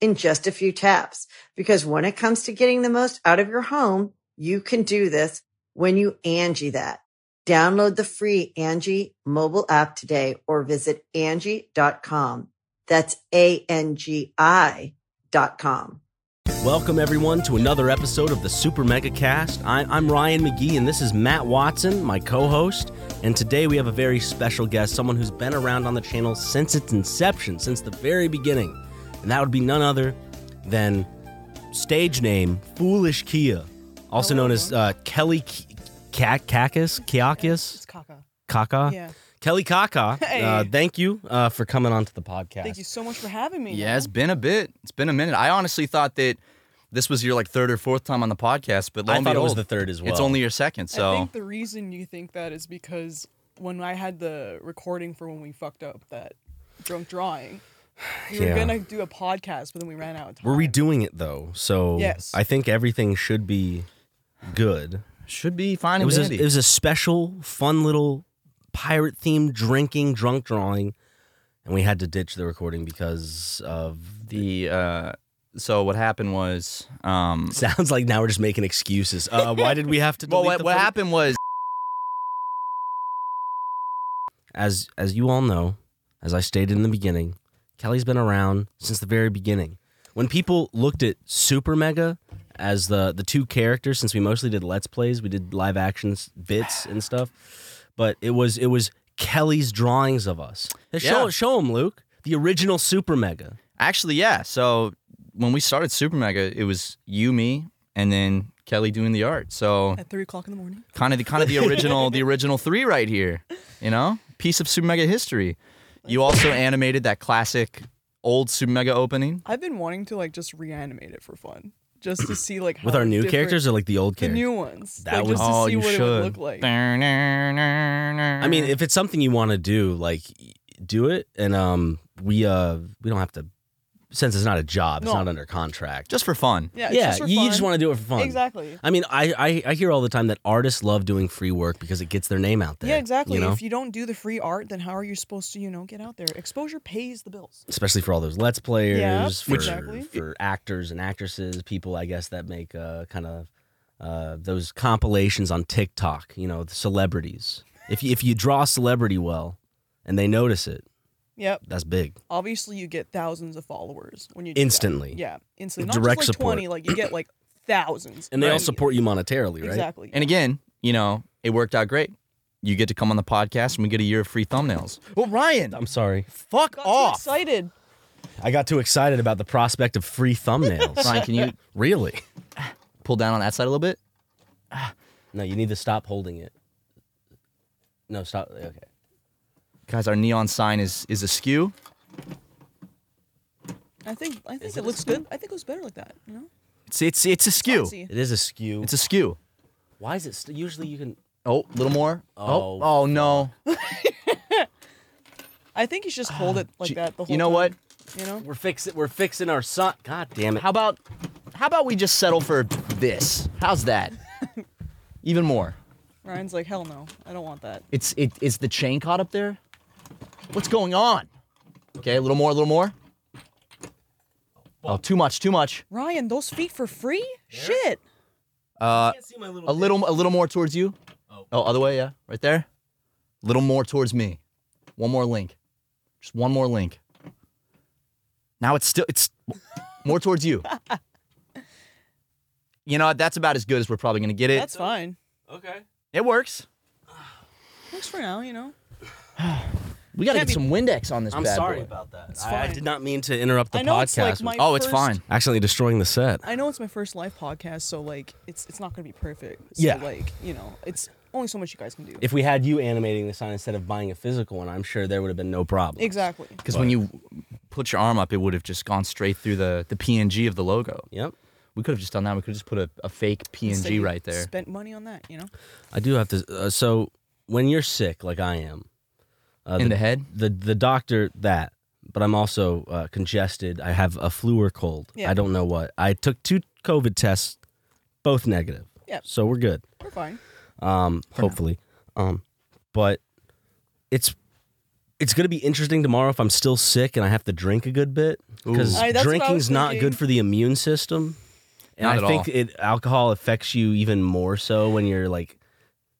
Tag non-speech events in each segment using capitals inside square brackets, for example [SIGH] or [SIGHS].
in just a few taps. Because when it comes to getting the most out of your home, you can do this when you Angie that. Download the free Angie mobile app today or visit Angie.com. That's A-N-G-I dot com. Welcome, everyone, to another episode of the Super Mega Cast. I, I'm Ryan McGee, and this is Matt Watson, my co host. And today we have a very special guest, someone who's been around on the channel since its inception, since the very beginning. And that would be none other than stage name Foolish Kia, also known as uh, Kelly Ki- Ka- Kakis, Kiakis, It's caca. Kaka. Yeah. Kelly Kaka. Uh, [LAUGHS] Hey. thank you uh, for coming onto the podcast. Thank you so much for having me. Yeah, it's been a bit. It's been a minute. I honestly thought that this was your like third or fourth time on the podcast, but lo I and thought it was behold, the third as well. It's only your second, man. I so think the reason you think that is because when I had the recording for when we fucked up that drunk drawing, we Yeah. were gonna do a podcast, but then we ran out of time. We're redoing it though, so Yes. I think everything should be good. should be fine It and was a, dandy. it was a special, fun little pirate themed drinking, drunk drawing, and we had to ditch the recording because of [LAUGHS] the. the uh, so what happened was um, Sounds like now we're just making excuses. Uh, why did we have to? well, delete what, the what footage? happened was As as you all know, as I stated in the beginning, Kelly's been around since the very beginning. When people looked at Super Mega as the the two characters, since we mostly did let's plays, we did live actions bits and stuff, but it was it was Kelly's drawings of us. Show Yeah. show him Luke the original Super Mega. actually yeah. So when we started Super Mega, it was you, me, and then Kelly doing the art. So at three o'clock in the morning. kind of the kind [LAUGHS] of the original the original three right here. You know, piece of Super Mega history. You also animated that classic old Super Mega opening. I've been wanting to like just reanimate it for fun, just to see like With how our new different- characters or like the old the characters? new ones. That like, would- just to see what it would look like. I mean, if it's something you want to do, like do it and um we uh we don't have to since it's not a job, it's No. not under contract. just for fun. Yeah, it's yeah, just for you, you just fun. want to do it for fun. exactly. I mean, I, I I hear all the time that artists love doing free work because it gets their name out there. Yeah, exactly. You know? If you don't do the free art, then how are you supposed to, you know, get out there? Exposure pays the bills. Especially for all those let's players, Yeah, for, exactly. for actors and actresses, people I guess that make uh, kind of uh, those compilations on TikTok. You know, the celebrities. If you, if you draw a celebrity well, and they notice it, Yep. that's big. obviously you get thousands of followers when you do that. Instantly. Yeah, instantly. Not Direct just like twenty, like you get like thousands. And they all Right. support you monetarily, right? Exactly. And again, you know, it worked out great. You get to come on the podcast and we get a year of free thumbnails. Well, Ryan, I'm sorry. fuck Got too off. excited. I got too excited about the prospect of free [LAUGHS] thumbnails. Ryan, can you [LAUGHS] really? pull down on that side a little bit? No, you need to stop holding it. No, stop. Okay. Guys, our neon sign is is askew. I think I think it looks good. I think it was better like that. You know. It's it's it's askew. Fancy. It is askew. It's askew. Why is it? St- usually you can. Oh, a little more. Oh, Oh, oh, no. I think you should just Ah, hold it like Gee, that the whole. you know what? time, You know. We're fixing. We're fixing our son. God damn it! How about how about we just settle for this? How's that? [LAUGHS] Even more. Ryan's like, hell no, I don't want that. It's it is the chain caught up there? What's going on? Okay, a little more, a little more. Oh, too much, too much. Ryan, those feet for free? Shit. I can't see my little. A little, a little more towards you. Oh, other way, yeah, right there. A little more towards me. One more link. Just one more link. Now it's still, it's more towards you. [LAUGHS] You know what? That's about as good as we're probably gonna get it. That's fine. Okay. it works. Works for now, you know. We gotta Can't get some Windex on this. I'm bad sorry boy. about that. It's I, I fine. did not mean to interrupt the I know podcast. it's like my with Oh, it's first- fine. Actually, destroying the set. I know it's my first live podcast, so like it's it's not gonna be perfect. So, Yeah. Like you know, it's only so much you guys can do. If we had you animating the sign instead of buying a physical one, I'm sure there would have been no problem. exactly. Because when you put your arm up, it would have just gone straight through the the PNG of the logo. Yep. We could have just done that. We could have just put a, a fake Instead, PNG you right there. Spent money on that, you know. I do have to. Uh, so when you're sick, like I am, uh, In the head? the the doctor that. But I'm also uh, congested. I have a flu or cold. Yeah. I don't know what. I took two COVID tests, both negative. Yeah. So we're good. We're fine. Um, hopefully. Um, but it's it's gonna be interesting tomorrow if I'm still sick and I have to drink a good bit Ooh. because I- that's what I drinking's was not thinking. good for the immune system. And Not I at think all. it alcohol affects you even more so when your like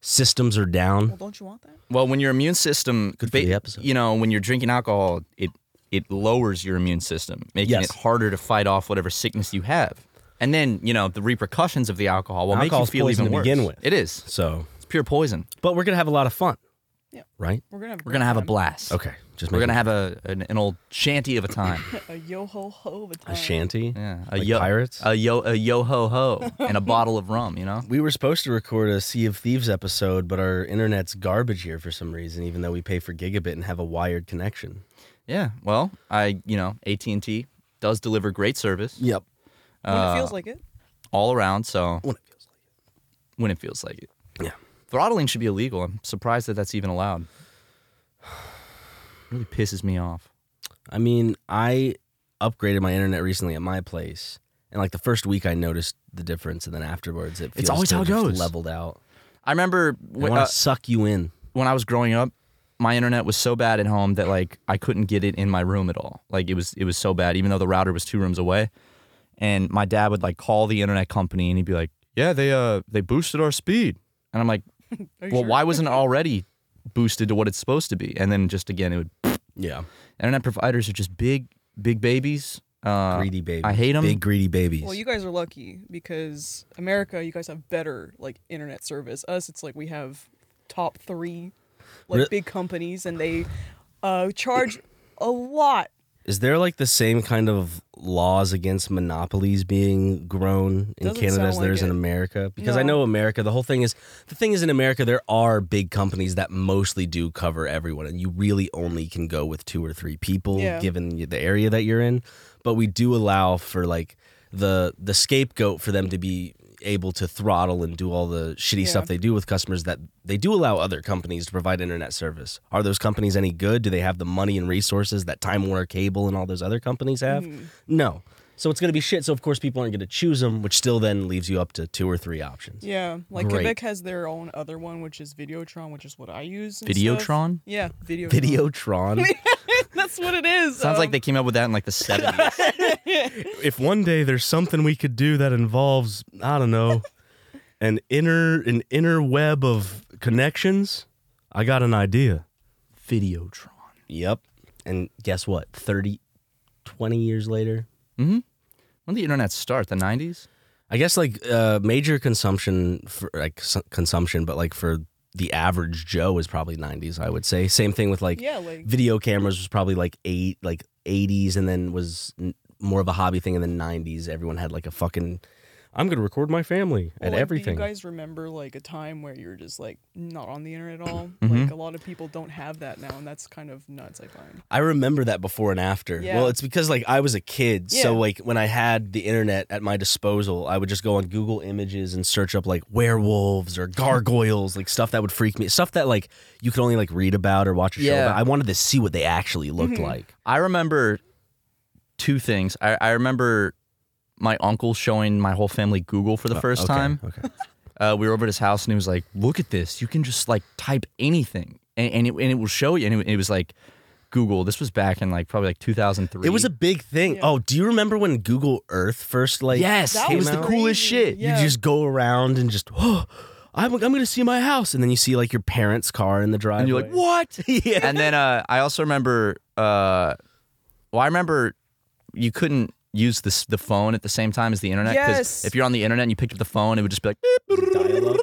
systems are down. Well, don't you want that? Well, when your immune system, Good for the episode. you know, when you're drinking alcohol, it it lowers your immune system, making Yes. it harder to fight off whatever sickness you have. And then, you know, the repercussions of the alcohol will Alcohol's make you feel poison even to worse. begin with. It is. So, It's pure poison. but we're gonna have a lot of fun. Yeah. Right. We're gonna have. We're gonna have a great blast. Okay. Just We're make gonna it have a an, an old shanty of [LAUGHS] a time. time. a yo ho ho of a time. a shanty. Uh, Yeah, a Like yo pirates. a yo a yo ho ho, and a bottle of rum. You know, we were supposed to record a Sea of Thieves episode, but our internet's garbage here for some reason, even though we pay for gigabit and have a wired connection. yeah. Well, I you know AT and T does deliver great service Yep. When it feels like it. Uh, all around. So When it feels when it feels like it, like. Yeah. throttling should be illegal. I'm surprised that that's even allowed. [SIGHS] Really pisses me off. I mean, I upgraded my internet recently at my place, and like the first week, I noticed the difference, and then afterwards, it feels always to how it have just goes. Leveled out. I remember I when, want to uh, suck you in. when I was growing up, my internet was so bad at home that like I couldn't get it in my room at all. Like it was it was so bad, even though the router was two rooms away. And my dad would like call the internet company and he'd be like, "Yeah, they uh they boosted our speed," and I'm like, [LAUGHS] Are you "Well, sure? why wasn't it already boosted to what it's supposed to be?" And then just again, it would Yeah, internet providers are just big big babies. Uh, greedy babies. I hate 'em. Big greedy babies. Well, you guys are lucky because America, you guys have better like internet service. Us, it's like we have top three like Re- big companies, and they uh, charge a lot. Is there like the same kind of laws against monopolies being grown in Doesn't Canada sound as there like is in it. America? Because I No. know America, the whole thing is the thing is in America there are big companies that mostly do cover everyone and you really only can go with two or three people Yeah. given the area that you're in, but we do allow for like the the scapegoat for them to be able to throttle and do all the shitty Yeah. stuff they do with customers that they do allow other companies to provide internet service. Are those companies any good? Do they have the money and resources that Time Warner Cable and all those other companies have? No. So it's going to be shit. So of course people aren't going to choose them, which still then leaves you up to two or three options. Yeah, like Great. Quebec has their own other one, which is Videotron, which is what I use. and Videotron? stuff. Yeah, Videotron. Videotron. [LAUGHS] That's what it is. Sounds like um, they came up with that in like the [LAUGHS] 70s. if one day there's something we could do that involves, I don't know, an inner an inner web of connections, I got an idea. Videotron. Yep. And guess what? 30 20 years later, When did the internet start? The 90s? I guess like uh, major consumption for like s- consumption, but like for the average Joe is probably 90s. I would say same thing with like Yeah, like- video cameras was probably like eight like 80s, and then was n- more of a hobby thing in the 90s. Everyone had like a fucking I'm gonna record my family well, and like, everything. Do you guys remember like a time where you're just like not on the internet at all? Mm-hmm. Like a lot of people don't have that now, and that's kind of nuts. I find. I remember that before and after. Yeah. Well, it's because like I was a kid, Yeah. so like when I had the internet at my disposal, I would just go on Google Images and search up like werewolves or gargoyles, like stuff that would freak me, stuff that like you could only like read about or watch a show Yeah. Mm-hmm. about. I wanted to see what they actually looked like. I remember two things. I, I remember my uncle showing my whole family Google for the first Oh, Okay, time. Okay. Uh, we were over at his house and he was like, look at this. You can just like type anything and, and, it, and it will show you. And it, it was like Google. This was back in like probably like 2003. It was a big thing. Oh, do you remember when Google Earth first like Yes. That it was was the crazy. coolest shit. Yeah. You just go around and just, [GASPS] oh, I'm, I'm going to see my house. And then you see like your parents' car in the driveway. And you're like, what? [LAUGHS] yeah. and then uh, I also remember. Uh, well, I remember you couldn't use this the phone at the same time as the internet. 'Cause Yes. If you're on the internet and you picked up the phone, it would just be like. beep, Dial-up.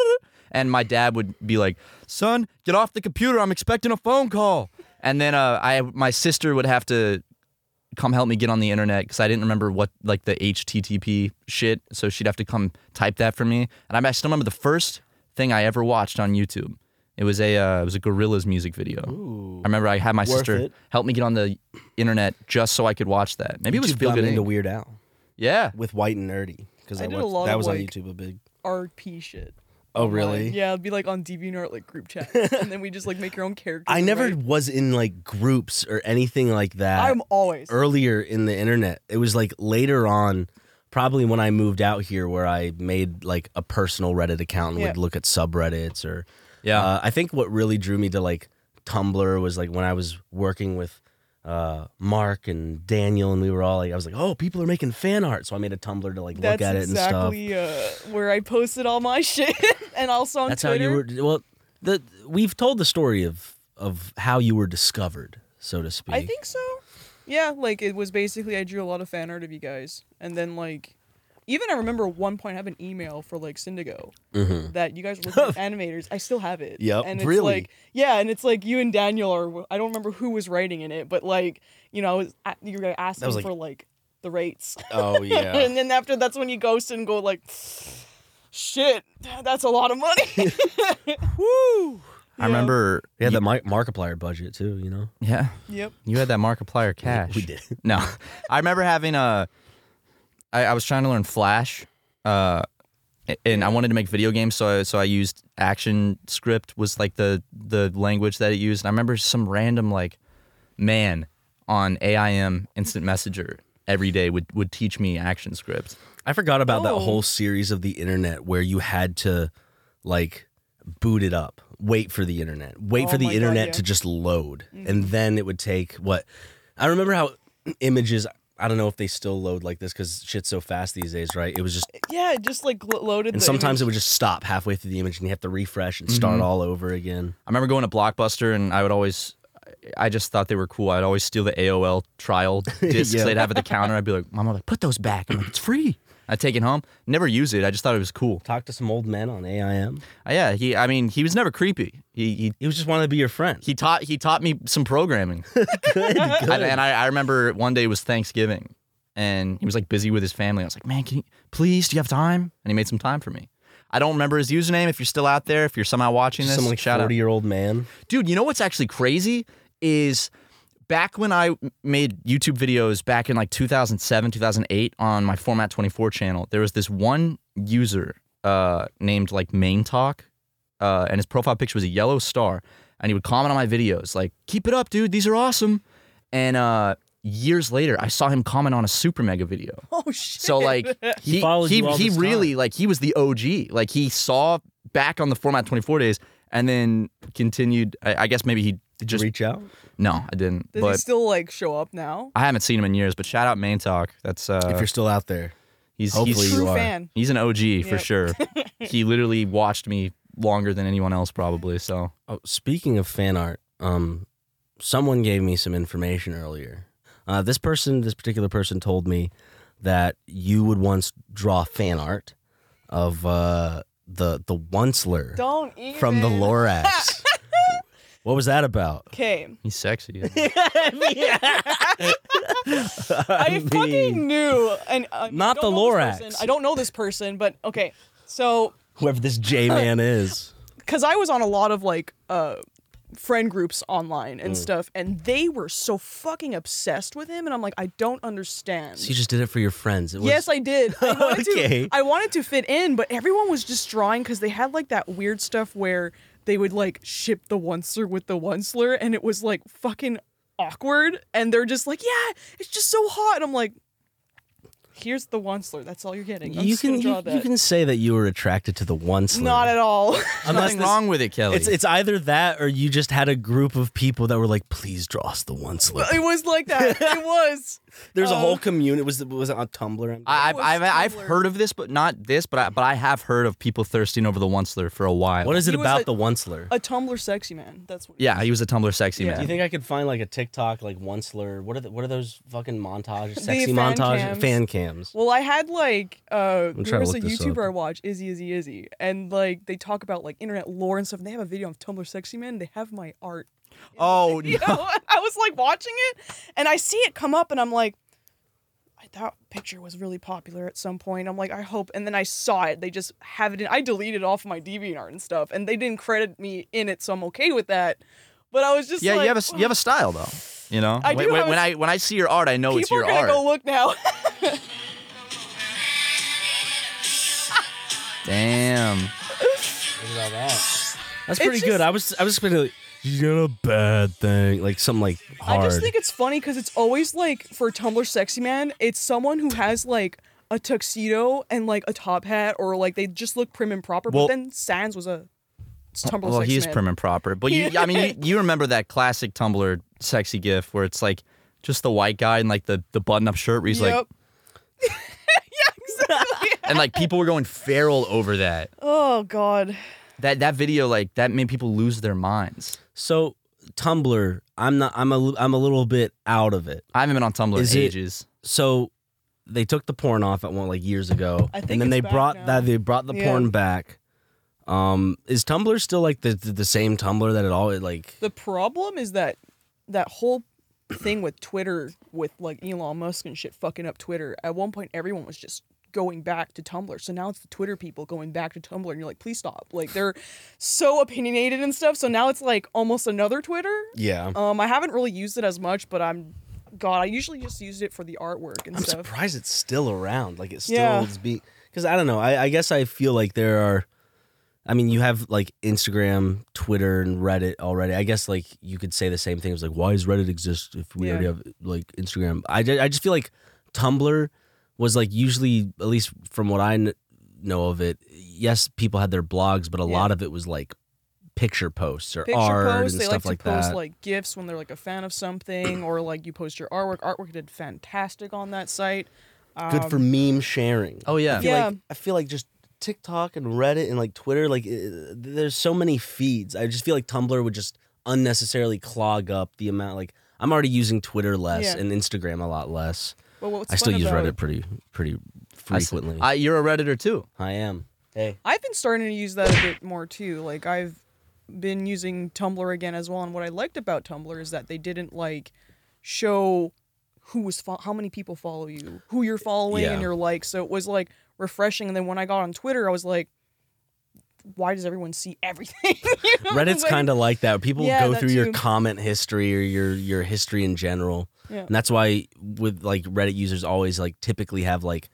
And my dad would be like, "Son, get off the computer. I'm expecting a phone call." And then uh, I my sister would have to come help me get on the internet because I didn't remember what like the HTTP shit. So she'd have to come type that for me. And I I still remember the first thing I ever watched on YouTube. It was a uh, it was a Gorillas music video. I remember I had my Worth sister it. help me get on the internet just so I could watch that. Maybe it was YouTube feel got good. me into Inc. Weird Al Yeah, with White and Nerdy because I I, did a watched, lot that of, was on like- YouTube a big. RP shit. Oh online. really? Yeah, it'd be like on DeviantArt like group chats, and then we just like make your own character. I and never [LAUGHS] write- was in like groups or anything like that. I'm always. earlier in the internet. It was like later on, probably when I moved out here, where I made like a personal Reddit account and would Yeah. look at subreddits or. yeah. Uh, I think what really drew me to like Tumblr was like when I was working with uh, Mark and Daniel, and we were all like, I was like, oh, people are making fan art, so I made a Tumblr to like That's look at it and stuff. exactly uh, where I posted all my [LAUGHS] shit, and also on That's how Twitter. you were. Well, the we've told the story of of how you were discovered, so to speak. I think so. Yeah, like it was basically I drew a lot of fan art of you guys, and then like, even I remember at one point I have an email for like Syndigo that you guys were [LAUGHS] looking at animators. I still have it. Yep, and it's Mm-hmm. really? like yeah, and it's like you and Daniel are. I don't remember who was writing in it, but like you know I was a- you were asking was, like- for like the rates, Oh [LAUGHS] and then after that's when you ghost and go like, shit, that's a lot [LAUGHS] of money. [LAUGHS] Woo. I remember. yeah, the Mar- Markiplier budget too. You know, Yeah, Yep. you had that Markiplier cash. we did. [LAUGHS] No, I remember having a. I, I was trying to learn Flash, uh, a- and I wanted to make video games, so I, so I used ActionScript was like the the language that it used. And I remember some random like man on AIM instant messenger every day would would teach me ActionScript. I forgot about that Oh. whole series of the internet where you had to like boot it up, wait for the internet, wait Oh for the my God, internet yeah. Mm-hmm. to just load, and then it would take what I remember how [CLEARS THROAT] images. I don't know if they still load like this because shit's so fast these days, right? It was just, Yeah, it just like glo- loaded. and the sometimes image. it would just stop halfway through the image, and you have to refresh and start all over again. I remember going to Blockbuster and I would always, I just thought they were cool. I'd always steal the AOL trial [LAUGHS] discs Yeah. they'd have at the counter. I'd be like, Mom, I'm like, put those back. I'm like, it's free. I'd take it home, never use it. I just thought it was cool. Talk to some old men on AIM. Uh, yeah, he. I mean, he was never creepy. He he He was just wanted to be your friend. he taught he taught me [LAUGHS] some programming. And, and I, I remember one day it was Thanksgiving, and he was like busy with his family. I was like, man, can you please? Do you have time? And he made some time for me. I don't remember his username. If you're still out there, if you're somehow watching this, Some like shout out. forty year old man. Dude, you know what's actually crazy is back when I m- made YouTube videos back in like 2007, 2008 on my Format 24 channel, there was this one user uh, named like Main Talk, uh, and his profile picture was a yellow star, and he would comment on my videos like, "Keep it up, dude. These are awesome." And uh, years later, I saw him comment on a Super Mega video. [LAUGHS] Oh shit. [LAUGHS] So like he followed he, you all he this really like he was the OG. Like he saw back on the format 24 days and then continued. I, I guess maybe he Did just you reach out? no, I didn't. Does he but still like show up now? I haven't seen him in years. But shout out Main Talk. That's if uh, you're still out there, he's hopefully he's, you True are. fan. he's an OG for Yep. [LAUGHS] sure. he literally watched me longer than anyone else probably. So Oh, speaking of fan art, um, someone gave me some information earlier. Uh, this person, this particular person, told me that you would once draw fan art of uh, the the Onceler Don't even. from the [LAUGHS] Lorax. what was that about? Okay, [LAUGHS] he's sexy. I, fucking knew, and uh, [LAUGHS] Not the don't know this Lorax. person. I don't know this person, but okay. So, Whoever this J [LAUGHS] man is, because I was on a lot of like uh, friend groups online and stuff, and they were so fucking obsessed with him, and I'm like, I don't understand. so you just did it for your friends. It was, Yes, I did. [LAUGHS] I wanted Okay. to. I wanted to fit in, but everyone was just drawing because they had like that weird stuff where they would like ship the onceler with the onceler, and it was like fucking awkward. And they're just like, "Yeah, it's just so hot," and I'm like, "Here's the onceler. That's all you're getting. I'm you just can gonna draw you, that. you can say that you were attracted to the Onceler. Not [LAUGHS] at all. [LAUGHS] Nothing this- wrong with it, Kelly. It's it's either that or you just had a group of people that were like, please draw us the Onceler. [LAUGHS] it was like that. It was. There's a whole community. Was it was it on Tumblr? I, Or I, I've, I've Tumblr. heard of this, but not this, but I, but I have heard of people thirsting over the onceler for a while. what is it He was about a- the onceler? A Tumblr sexy man. That's what. Yeah, he was a Tumblr sexy Yeah. Do you man. think I could find like a TikTok like onceler? What are the, what are those fucking montages? Sexy fan montages, cams. fan cams. Well, I had like uh, trying there to was a look this up. YouTuber I watch, Izzy Izzy Izzy, and like they talk about like internet lore and stuff. And they have a video of Tumblr sexy man. They have my [LAUGHS] art. [LAUGHS] Oh, [LAUGHS] You no. know, I was like watching it, and I see it come up, and I'm like, I thought picture was really popular at some point. I'm like, I hope. And then I saw it. They just have it. in I deleted it off my DeviantArt and stuff, and they didn't credit me in it, so I'm okay with that. But I was just yeah, like, you have a you have a style though. You know, I when, do when, have a when s- I when I see your art, I know people it's your are gonna art. go look now. [LAUGHS] [LAUGHS] Damn. Look at all that. That's pretty just- good. I was I was expecting like you got a bad thing, like some like hard. I just think it's funny because it's always like for Tumblr sexy man, it's someone who has like a tuxedo and like a top hat, or like they just look prim and proper. Well- but then Sans was a it's Tumblr Well, sexy he's man. prim and proper, but you, I mean, you, [LAUGHS] you remember that classic Tumblr sexy gif where it's like just the white guy in like the the button up shirt where he's like, Yep. [LAUGHS] yeah, exactly. and like people were going feral over that. [LAUGHS] oh god. That that video like that made people lose their minds. so. Tumblr. I'm not. I'm a. li- I'm a little bit out of it. I haven't been on Tumblr Is in it- ages. So they took the porn off at one like years ago, I and think then it's they back brought now. that. They brought the Yeah. porn back. Um, is Tumblr still like the the, the same Tumblr that it all it, like? The problem is that that whole thing with Twitter, with like Elon Musk and shit fucking up Twitter. At one point, everyone was just going back to Tumblr. So now it's the Twitter people going back to Tumblr, and you're like, please stop. Like they're so opinionated and stuff. So now it's like almost another Twitter. Yeah. Um, I haven't really used it as much, but I'm, God, I usually just used it for the artwork and I'm stuff. surprised it's still around. Like it still Yeah. is be because I don't know. I, I guess I feel like there are. I mean, you have like Instagram, Twitter, and Reddit already. I guess like you could say the same thing. It's like, why does Reddit exist if we Yeah. already have like Instagram? I, ju- I just feel like Tumblr was like usually, at least from what I kn- know of it, yes, people had their blogs, but a Yeah. lot of it was like picture posts or Picture art posts, and they stuff like like to post that. like gifs when they're like a fan of something, or like you post your artwork. Artwork did fantastic on that site. Um, Good for meme sharing. Oh yeah, I feel like Yeah. I feel like just TikTok and Reddit and like Twitter, like uh, there's so many feeds. I just feel like Tumblr would just unnecessarily clog up the amount. Like I'm already using Twitter less Yeah. and Instagram a lot less. But what's I still fun use about- Reddit pretty pretty I s- frequently. I, I, you're a redditor too. am. Hey, I've been starting to use that a bit more too. Like I've been using Tumblr again as well. And what I liked about Tumblr is that they didn't like show who was fo- how many people follow you, who you're following, Yeah. and your likes. So it was like refreshing. And then when I got on Twitter, I was like, why does everyone see everything? [LAUGHS] You know? Reddit's Like, kind of like that. People Oh, Yeah, go that through your too. comment history or your your history in general, Yeah. and that's why with like Reddit users always like typically have like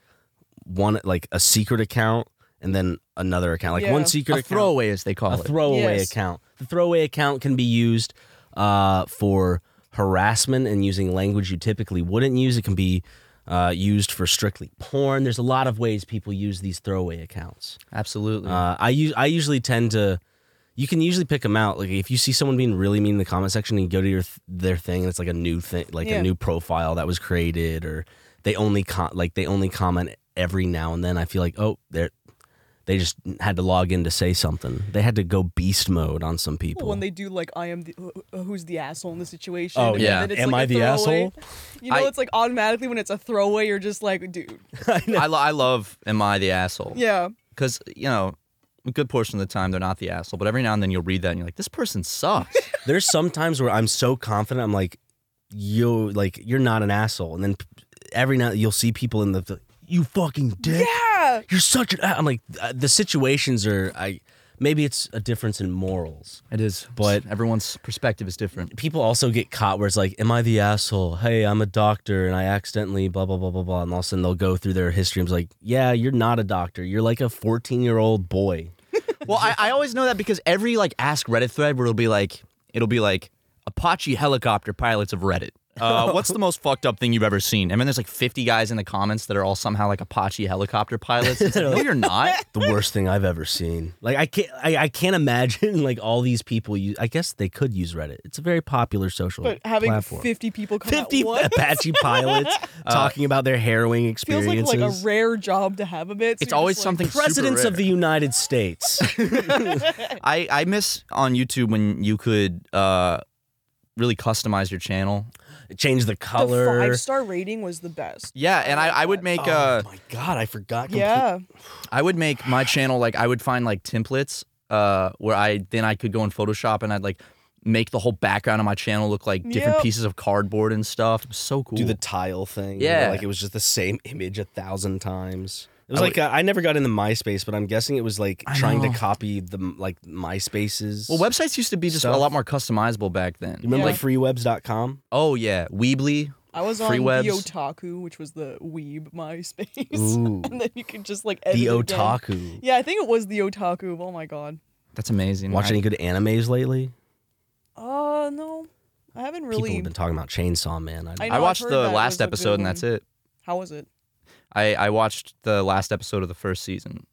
one like a secret account and then another account, like Yeah. one secret A account. throwaway, as they call a it. throwaway Yes. account. The throwaway account can be used uh, for harassment and using language you typically wouldn't use. It can be uh, used for strictly porn. There's a lot of ways people use these throwaway accounts. Absolutely. Uh, I u- I usually tend to. You can usually pick them out. Like if you see someone being really mean in the comment section, and you go to your th- their thing, and it's like a new thing, like Yeah. a new profile that was created, or they only com- like they only comment every now and then. I feel like oh they're they just had to log in to say something. They had to go beast mode on some people. When they [LAUGHS] do like, I am the who- who's the asshole in the situation. Oh, and yeah. then it's, Am like, I a the throwaway. asshole? You know, I- it's like automatically when it's a throwaway, you're just like, dude, I, lo- I love. Am I the asshole? yeah. because you know a good portion of the time they're not the asshole but every now and then you'll read that and you're like this person sucks There's some times where I'm so confident. I'm like you like you're not an asshole, and then p- every now you'll see people in the, the you fucking dick. Yeah. you're such an a-" i'm like uh, the situations are i maybe it's a difference in morals [LAUGHS] it is But- but everyone's perspective is different people also get caught where it's like am i the asshole hey i'm a doctor and i accidentally blah blah blah blah blah and all of a sudden they'll go through their history and it's like yeah you're not a doctor you're like a 14 year old boy well I, I always know that because every like ask reddit thread where it'll be like it'll be like apache helicopter pilots of reddit [LAUGHS] Uh, what's the most fucked up thing you've ever seen? I mean, there's like 50 guys in the comments that are all somehow like Apache helicopter pilots. It's like, no, you're [LAUGHS] not. the worst thing I've ever seen. Like I can't, I, I can't imagine [LAUGHS] like all these people. Use, I guess they could use Reddit. It's a very popular social But having platform. 50 people come Fifty out once Apache [LAUGHS] pilots talking about their harrowing feels like experiences. like a rare job to have a bit. so It's you're always just like, something. super Presidents of rare. the United [LAUGHS] States. I, I miss on YouTube when you could uh, really customize your channel. Change the The color. five star rating was the best. Yeah, and I, I would make oh uh, my god, I forgot. Complete- Yeah, I would make my channel like I would find like templates uh, where I then I could go in Photoshop and I'd like make the whole background of my channel look like different Yep. pieces of cardboard and stuff. It was so cool. do the tile thing. you know, Yeah. like it was just the same image a thousand times. It was I like uh, I never got into MySpace, but I'm guessing it was like I trying know. to copy the like MySpaces. well, websites used to be just a stuff. lot more customizable back then. You remember Yeah. freewebs.com? Oh yeah, Weebly. I was Free on webs. the Otaku, which was the Weeb MySpace, [LAUGHS] Ooh. [LAUGHS] and then you could just like edit The it again. Otaku. Yeah, I think it was the Otaku. Oh my god. That's amazing. Watch I- any good animes lately? Uh, no, I haven't People really. have been talking about Chainsaw Man. I, I I, know, I've watched heard the that was last a good episode one. and that's it. How was it? I, I watched the last episode of the first season.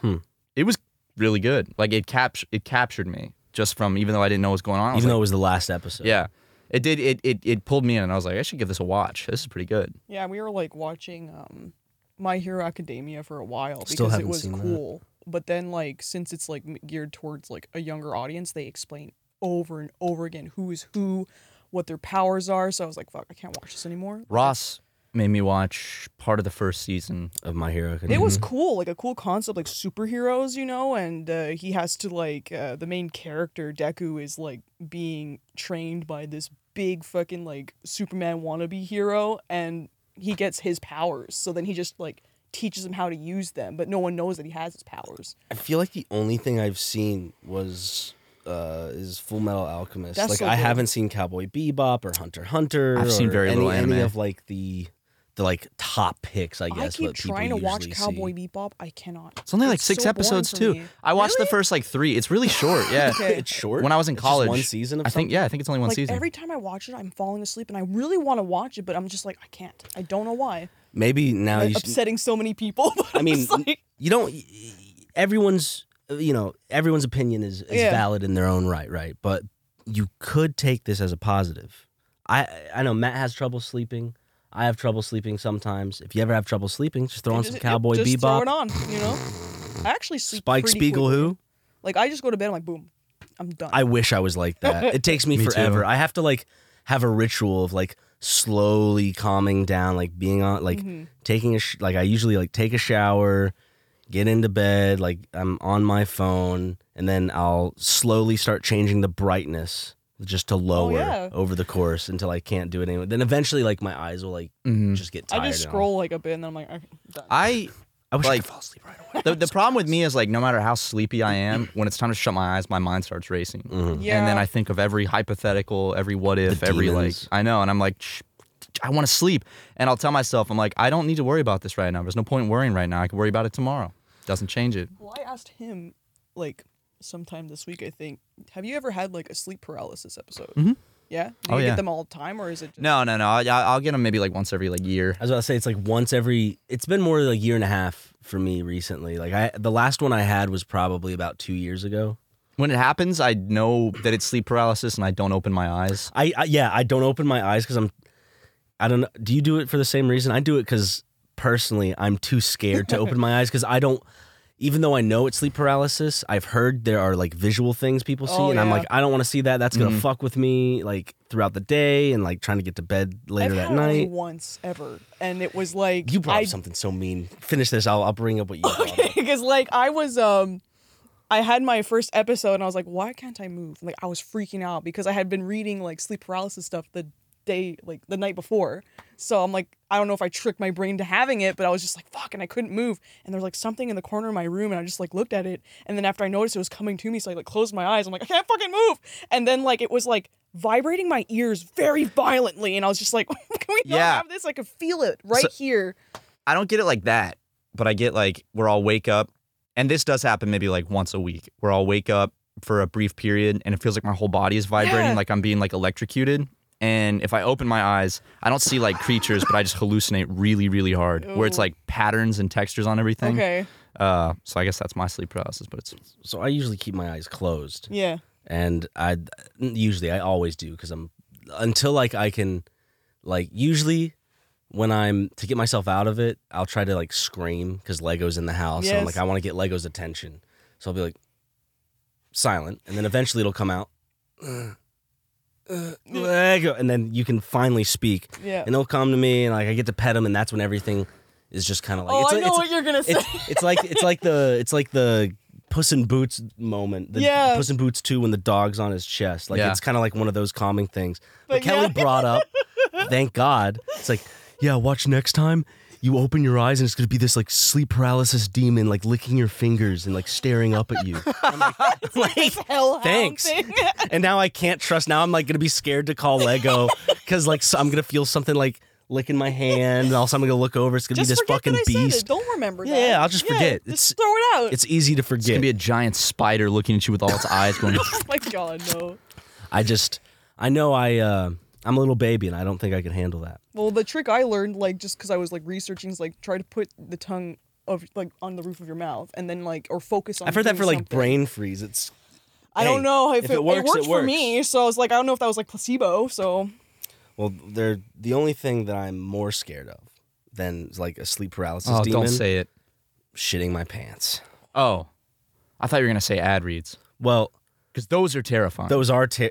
Hmm. It was really good. Like it cap- it captured me just from even though I didn't know what was going on. I was even like, though it was the last episode. yeah, it did. It, it it pulled me in, and I was like, I should give this a watch. This is pretty good. Yeah, we were like watching um My Hero Academia for a while because Still it haven't was seen that. cool. But then like since it's like m- geared towards like a younger audience, they explain over and over again who is who, what their powers are. So I was like, fuck, I can't watch this anymore. Ross made me watch part of the first season. of My Hero Academia. It was cool, like a cool concept, like superheroes, you know, and uh, he has to like uh, the main character Deku is like being trained by this big fucking like Superman wannabe hero, and he gets his powers. So then he just like teaches him how to use them, but no one knows that he has his powers. I feel like the only thing I've seen was uh is Full Metal Alchemist. That's like so I cool. haven't seen Cowboy Bebop or Hunter x Hunter. I've seen or very any, little any anime. of like the the like top picks. I I guess. keep what people trying to watch usually Cowboy see. Bebop. I cannot. It's only like It's six so boring episodes for too. me. I watched the first like three. It's really [LAUGHS] short. Yeah. Okay. It's short. When I was in It's just college, one season. Of I think something? yeah, I think it's only one Like season. every time I watch it, I'm falling asleep, and I really want to watch it, but I'm just like, I can't. I don't know why. Uh, Maybe now you. should- upsetting so many people. [LAUGHS] But I I'm mean, just like, you don't. y- y- Everyone's you know everyone's opinion is, is Yeah. valid in their own right, right? But you could take this as a positive. I I know Matt has trouble sleeping. I have trouble sleeping sometimes. If you ever have trouble sleeping, just throw on just- some Cowboy just Throw it Bebop, on, you know. I actually sleep Spike pretty Spiegel. quickly. Who Like I just go to bed. I'm like, boom, I'm done. I wish I was like [LAUGHS] that. It takes me, Me too. forever. I have to like have a ritual of like slowly calming down, like being on, like Mhm. taking a sh- like I usually like take a shower, get into bed, like I'm on my phone, and then I'll slowly start changing the brightness just to lower Oh, yeah. over the course until I can't do it anymore. Then eventually, like my eyes will like Mhm. just get tired. I just and I'll- scroll like a bit, and then I'm like, okay, done. I I wish I like- could fall asleep right away. the, [LAUGHS] the problem with me is like no matter how sleepy I am, when it's time to shut my eyes, my mind starts racing. Mhm. yeah. And then I think of every hypothetical, every what if, The every demons. like I know, and I'm like, "Shh, I want to sleep, and I'll tell myself I'm like I don't need to worry about this right now. There's no point in worrying right now. I can worry about it tomorrow. Doesn't change it. well, I asked him like sometime this week. I think. Have you ever had like a sleep paralysis episode? Mm-hmm. Mhm. Yeah. Do Oh, you yeah. get them all the time, or is it? Just, No, no, no. I, I'll get them maybe like once every like year. I was about to say it's like once every. It's been more like a year and a half for me recently. Like I, the last one I had was probably about two years ago. When it happens, I know that it's sleep paralysis, and I don't open my eyes. I, I yeah, I don't open my eyes because I'm. I don't know. Do you do it for the same reason? I do it because personally, I'm too scared to open my eyes because I don't. Even though I know it's sleep paralysis, I've heard there are like visual things people see, Oh, and I'm yeah. Mm-hmm. like, I don't want to see that. That's gonna Mhm. fuck with me like throughout the day and like trying to get to bed later I've that had it only night. once ever, and it was like You brought I up something so mean. Finish this. I'll, I'll bring [LAUGHS] up what you. brought up. because like I was um I had my first episode and I was like, why can't I move? Like I was freaking out because I had been reading like sleep paralysis stuff the day like the night before. So I'm like, I don't know if I tricked my brain to having it, but I was just like, fuck, and I couldn't move. And there was like something in the corner of my room, and I just like looked at it. And then after I noticed it was coming to me, so I like closed my eyes. I'm like, I can't fucking move. And then like it was like vibrating my ears very violently, and I was just like, [LAUGHS] can we not Yeah. have this? I could feel it right So- here. I don't get it like that, but I get like where I'll wake up, and this does happen maybe like once a week, where I'll wake up for a brief period and it feels like my whole body is vibrating, Yeah. like I'm being like electrocuted. And if I open my eyes, I don't see like creatures, but I just hallucinate really, really hard, where it's Ooh. like patterns and textures on everything. Okay. Uh, so I guess that's my sleep paralysis, but it's So I usually keep my eyes closed, Yeah. and I usually I always do because I'm until like I can, like usually when I'm to get myself out of it, I'll try to like scream because Lego's in the house, and I'm like Yes. I want to get Lego's attention, so I'll be like silent, and then eventually it'll come out. [SIGHS] "Uh, uh, Lego, and then you can finally speak, Yeah. and he'll come to me, and like I get to pet him, and that's when everything is just kind of like oh, it's, I a- know it's a- what you're gonna say. it's, it's like it's like the it's like the Puss in Boots moment. The Yeah. Puss in Boots two when the dog's on his chest. Like Yeah. it's kind of like one of those calming things. But, But Kelly yeah. brought [LAUGHS] up, thank God. It's like, yeah, watch next time. You open your eyes and it's gonna be this like sleep paralysis demon like licking your fingers and like staring up at you. I'm [LAUGHS] like, like, Hellhound thanks. thing. [LAUGHS] and now I can't trust. Now I'm like gonna be scared to call [LAUGHS] Lego because like so I'm gonna feel something like licking my hand and also I'm gonna look over. It's gonna Just be this forget fucking that I beast. Said it. Don't remember Yeah, that. yeah, I'll just forget. It's- Just throw it out. It's easy to it forget. can be a giant spider looking at you with all its eyes going. oh [LAUGHS] my god, no. I just, I know I, uh, I'm a little baby, and I don't think I can handle that. Well, the trick I learned, like, just because I was like researching, is like try to put the tongue of like on the roof of your mouth, and then like or focus on. I've heard that doing for like something. brain freeze. It's, I hey, don't know if, if it works, it worked for works. me, so I was like, I don't know if that was like placebo. So well, they're the only thing that I'm more scared of than like a sleep paralysis oh, demon don't say it. shitting my pants. Oh, I thought you were gonna say ad reads Well, because those are terrifying. those are t-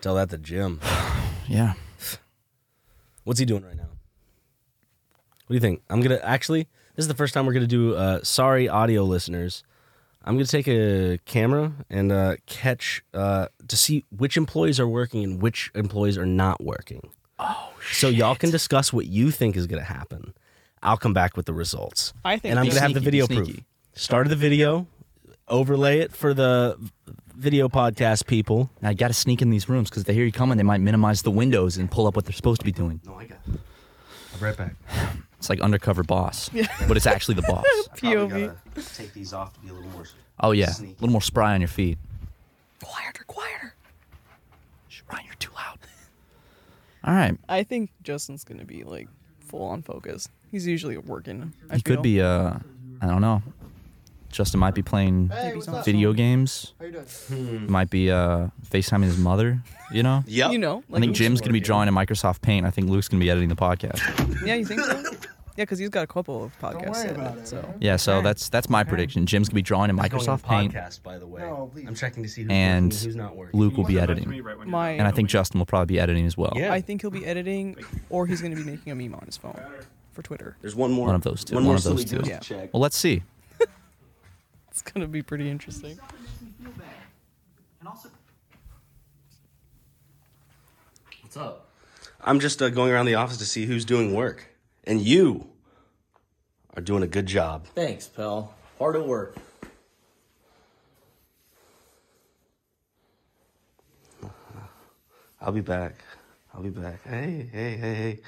tell that to Jim. yeah. What's he doing right now? What do you think? I'm gonna actually. This is the first time we're gonna do. Uh, sorry, audio listeners. I'm gonna take a camera and uh, catch uh, to see which employees are working and which employees are not working. Oh, so y'all can discuss what you think is gonna happen. I'll come back with the results. I think and I'm be gonna have the sneaky, video be proof. sneaky. Start of the video, overlay it for the video podcast people. Now you got to sneak in these rooms because they hear you coming. They might minimize the windows and pull up what they're supposed to be doing. No, Oh, I got. It. I'll be right back. It's like undercover boss, but it's actually [LAUGHS] the boss. POV. take these off to be a little more. Oh yeah, a little more spry on your feet. Quieter, quieter. Shh, Ryan, you're too loud. All right, I think Justin's gonna be like full on focus. He's usually working. I he feel. could be. Uh, I don't know. Justin might be playing video games. How you doing? Might be uh, FaceTiming his mother. You know. Yep. You know, I like think Jim's gonna be drawing in Microsoft Paint. I think Luke's gonna be editing the podcast. Yeah, you think so? Yeah, [LAUGHS] because he's got a couple of podcasts. in it, so Yeah, so that's that's my prediction. Jim's gonna be drawing in Microsoft Paint, podcast, by the way. I'm checking to see who's and working, who's not working. Luke will be editing. my, And I think Justin will probably be editing as well. Yeah. I think he'll be editing, or he's gonna be making a meme on his phone for Twitter. There's one more. One of those two. One, One, more of silly those two. goose to Yeah. check. Well, let's see. It's gonna be pretty interesting. What's up? I'm just uh, going around the office to see who's doing work, and you are doing a good job. Thanks, pal. Hard at work. I'll be back. I'll be back. Hey, hey, hey, hey!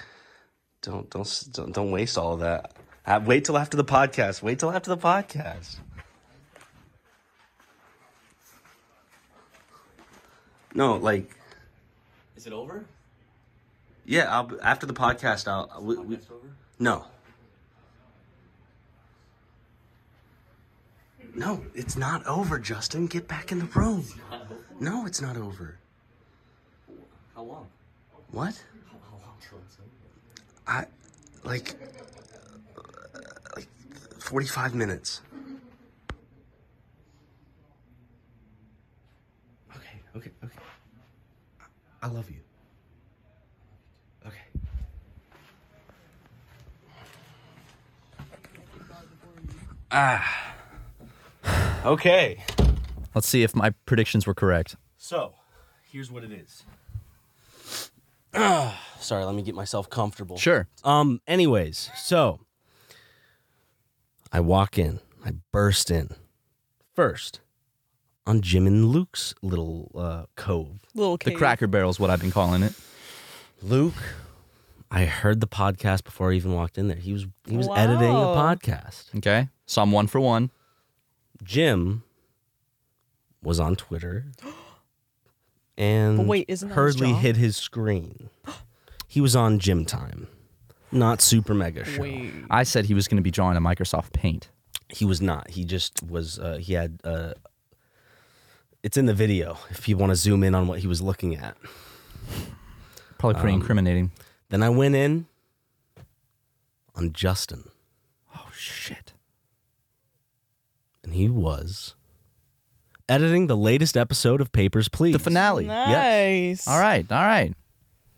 Don't don't s- don't, don't waste all of that. Uh, wait till after the podcast. Wait till after the podcast. No, like Is it over? yeah. I'll, after the podcast, I'll we, we, It's over? no. No, it's not over, Justin. Get back in the room. No, it's not over. How long? What? How, how long till it's over? I like uh, like 45 minutes. Okay, okay, okay. I, I love you. Okay. Ah. Okay. Let's see if my predictions were correct. So, here's what it is. [SIGHS] Sorry, let me get myself comfortable. Sure. Um. Anyways, so I walk in. I burst in first on Jim and Luke's little uh, cove. Little The cave. Cracker Barrel's what I've been calling it. Luke, I heard the podcast before I even walked in there. He was he was editing a Wow. podcast. Okay. So I'm one for one. Jim was on [GASPS] Twitter and But wait, isn't that his hurriedly job? hit his [GASPS] screen. He was on Gym Time, not Super Mega Show. Wait. I said he was going to be drawing a Microsoft Paint. He was not. He just was. Uh, he had. Uh, it's in the video if you want to zoom in on what he was looking at. Probably pretty incriminating. Then I went in on Justin, Oh shit. and he was editing the latest episode of Papers, Please. The finale. Nice. All right. All right.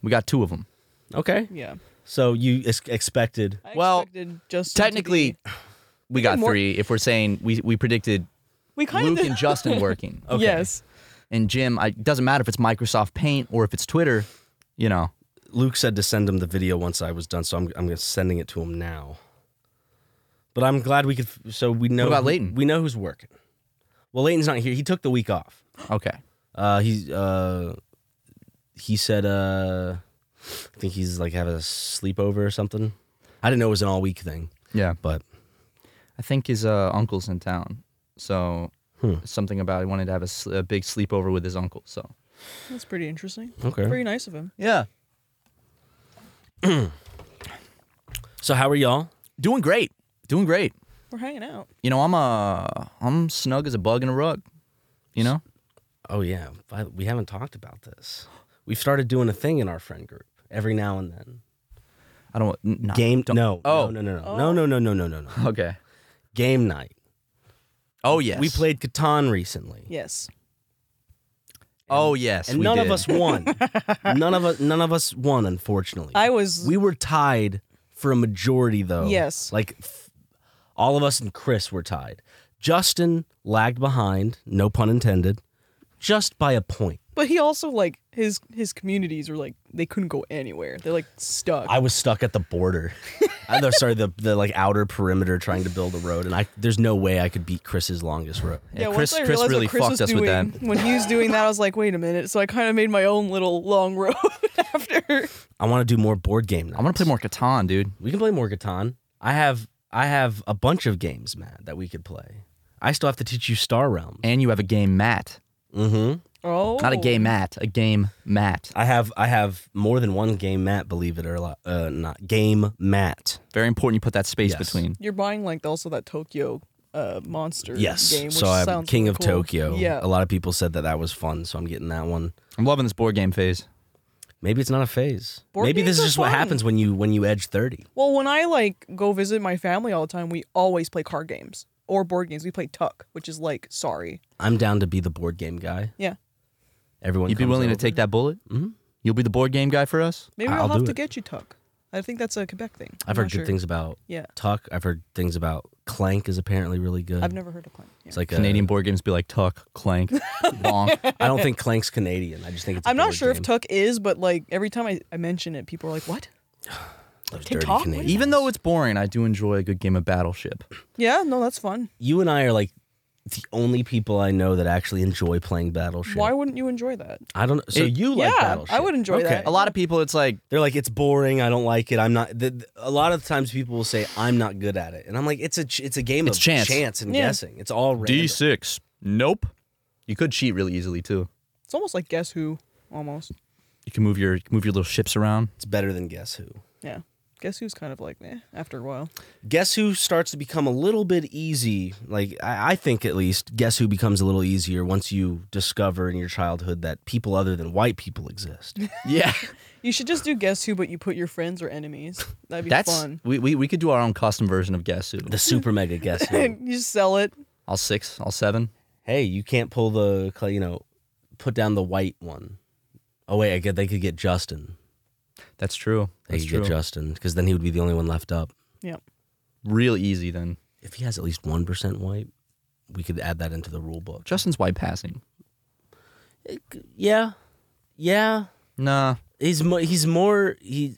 We got two of them. Okay. Yeah. So you ex- expected I Well, expected Justin to Technically, be- we got more- three. If we're saying we we predicted we kind Luke of [LAUGHS] and Justin working. Yes. And Jim, I, it doesn't matter if it's Microsoft Paint or if it's Twitter. You know. Luke said to send him the video once I was done, so I'm I'm sending it to him now. But I'm glad we could. f- So we know about who- Leighton? We know who's working. Well, Leighton's not here. He took the week off. Okay. Uh, he's uh, he said uh, I think he's like having a sleepover or something. I didn't know it was an all week thing, Yeah. but I think his uh, uncle's in town, so Hmm. something about he wanted to have a, sl- a big sleepover with his uncle. So That's pretty interesting. Okay. Very nice of him. yeah, so how are y'all? doing great, doing great. We're hanging out. You know, I'm uh, I'm snug as a bug in a rug. You know, Oh yeah, By the- we haven't talked about this. We've started doing a thing in our friend group every now and then. I don't n- nah, Game Don't, no, Oh. no, no, no, no, no, no, no, no, no, no. Okay. Game night. Oh yes. We played Catan recently. Yes. Oh yes. And we none did. of us won. [LAUGHS] none of us none of us won, unfortunately. I was- We were tied for a majority though. Yes. Like f- all of us and Chris were tied. Justin lagged behind, no pun intended, just by a point. But he also like his his communities were like they couldn't go anywhere. They're like stuck. I was stuck at the [LAUGHS] border. I, no, sorry, the the like outer perimeter trying to build a road and I there's no way I could beat Chris's longest road. Yeah, once Chris- I Chris realized what really fucked was us with doing, that. When he was doing that, I was like, wait a minute. So I kind of made my own little long road [LAUGHS] after. I want to do more board game nights. I want to play more Catan, dude. We can play more Catan. I have I have a bunch of games, Matt, that we could play. I still have to teach you Star Realm. And you have a game mat, Mm-hmm. Oh, not a game mat, a game mat. I have I have more than one game mat, believe it or li- uh, not. Game mat. Very important. You put that space Yes. between. You're buying like also that Tokyo uh, monster Yes. game. Which so I'm sounds King really of cool. Tokyo. Yeah. A lot of people said that that was fun, so I'm getting that one. I'm loving this board game phase. Maybe it's not a phase. Board Maybe this games is are just what fun. happens when you when you edge 30. Well, when I like go visit my family all the time, we always play card games or board games. We play Tuck, which is like sorry. I'm down to be the board game guy. Yeah. Everyone You'd be comes willing over. to take that bullet? Mm-hmm. You'll be the board game guy for us? Maybe I'll I'll, have do to it. get you Tuck. I I think that's a Quebec thing. I'm I've not heard sure. good things about Yeah. Tuck. I've heard things about Clank is apparently really good. I've never heard of Clem. Yeah. It's like Canadian I board games be like Tuck, [LAUGHS] Clank, Bonk. I don't think Clank's Canadian. I just think it's. i I'm not sure if Tuck is, but like every time I, I mention it, people are like, "What? TikTok? Even though it's boring, I do enjoy a good game of Battleship. Yeah, no, that's fun. you and I are like the only people I know that actually enjoy playing Battleship. Why wouldn't you enjoy that? I don't. know. So It- you like yeah, Battleship? I would enjoy okay. that. A lot of people, it's like They're like, it's boring. I don't like it. I'm not. The, the- a lot of times, people will say I'm not good at it, and I'm like, it's a ch- it's a game It's of chance. and Yeah. guessing. It's all random. D6. Nope. You could cheat really easily too. It's almost like Guess Who, almost. You can move your move your little [LAUGHS] ships around. It's better than Guess Who. Yeah, Guess Who's kind of like, eh, after a while. Guess Who starts to become a little bit easy. Like I, I think at least, Guess Who becomes a little easier once you discover in your childhood that people other than white people exist. Yeah. You should just do Guess Who, but you put your friends or enemies. That'd be That's fun. [LAUGHS] we, we we could do our own custom version of Guess Who. the super mega Guess [LAUGHS] Who. you just sell it. All six, all seven. hey, you can't pull the cl- you know, put down the white one. Oh wait, I get they could get Justin. That's true. They That's could true. get Justin because then he would be the only one left up. Yep. Real easy then. If he has at least one percent white, we could add that into the rule book. Justin's white passing. Yeah, yeah. Nah. He's mo- he's more he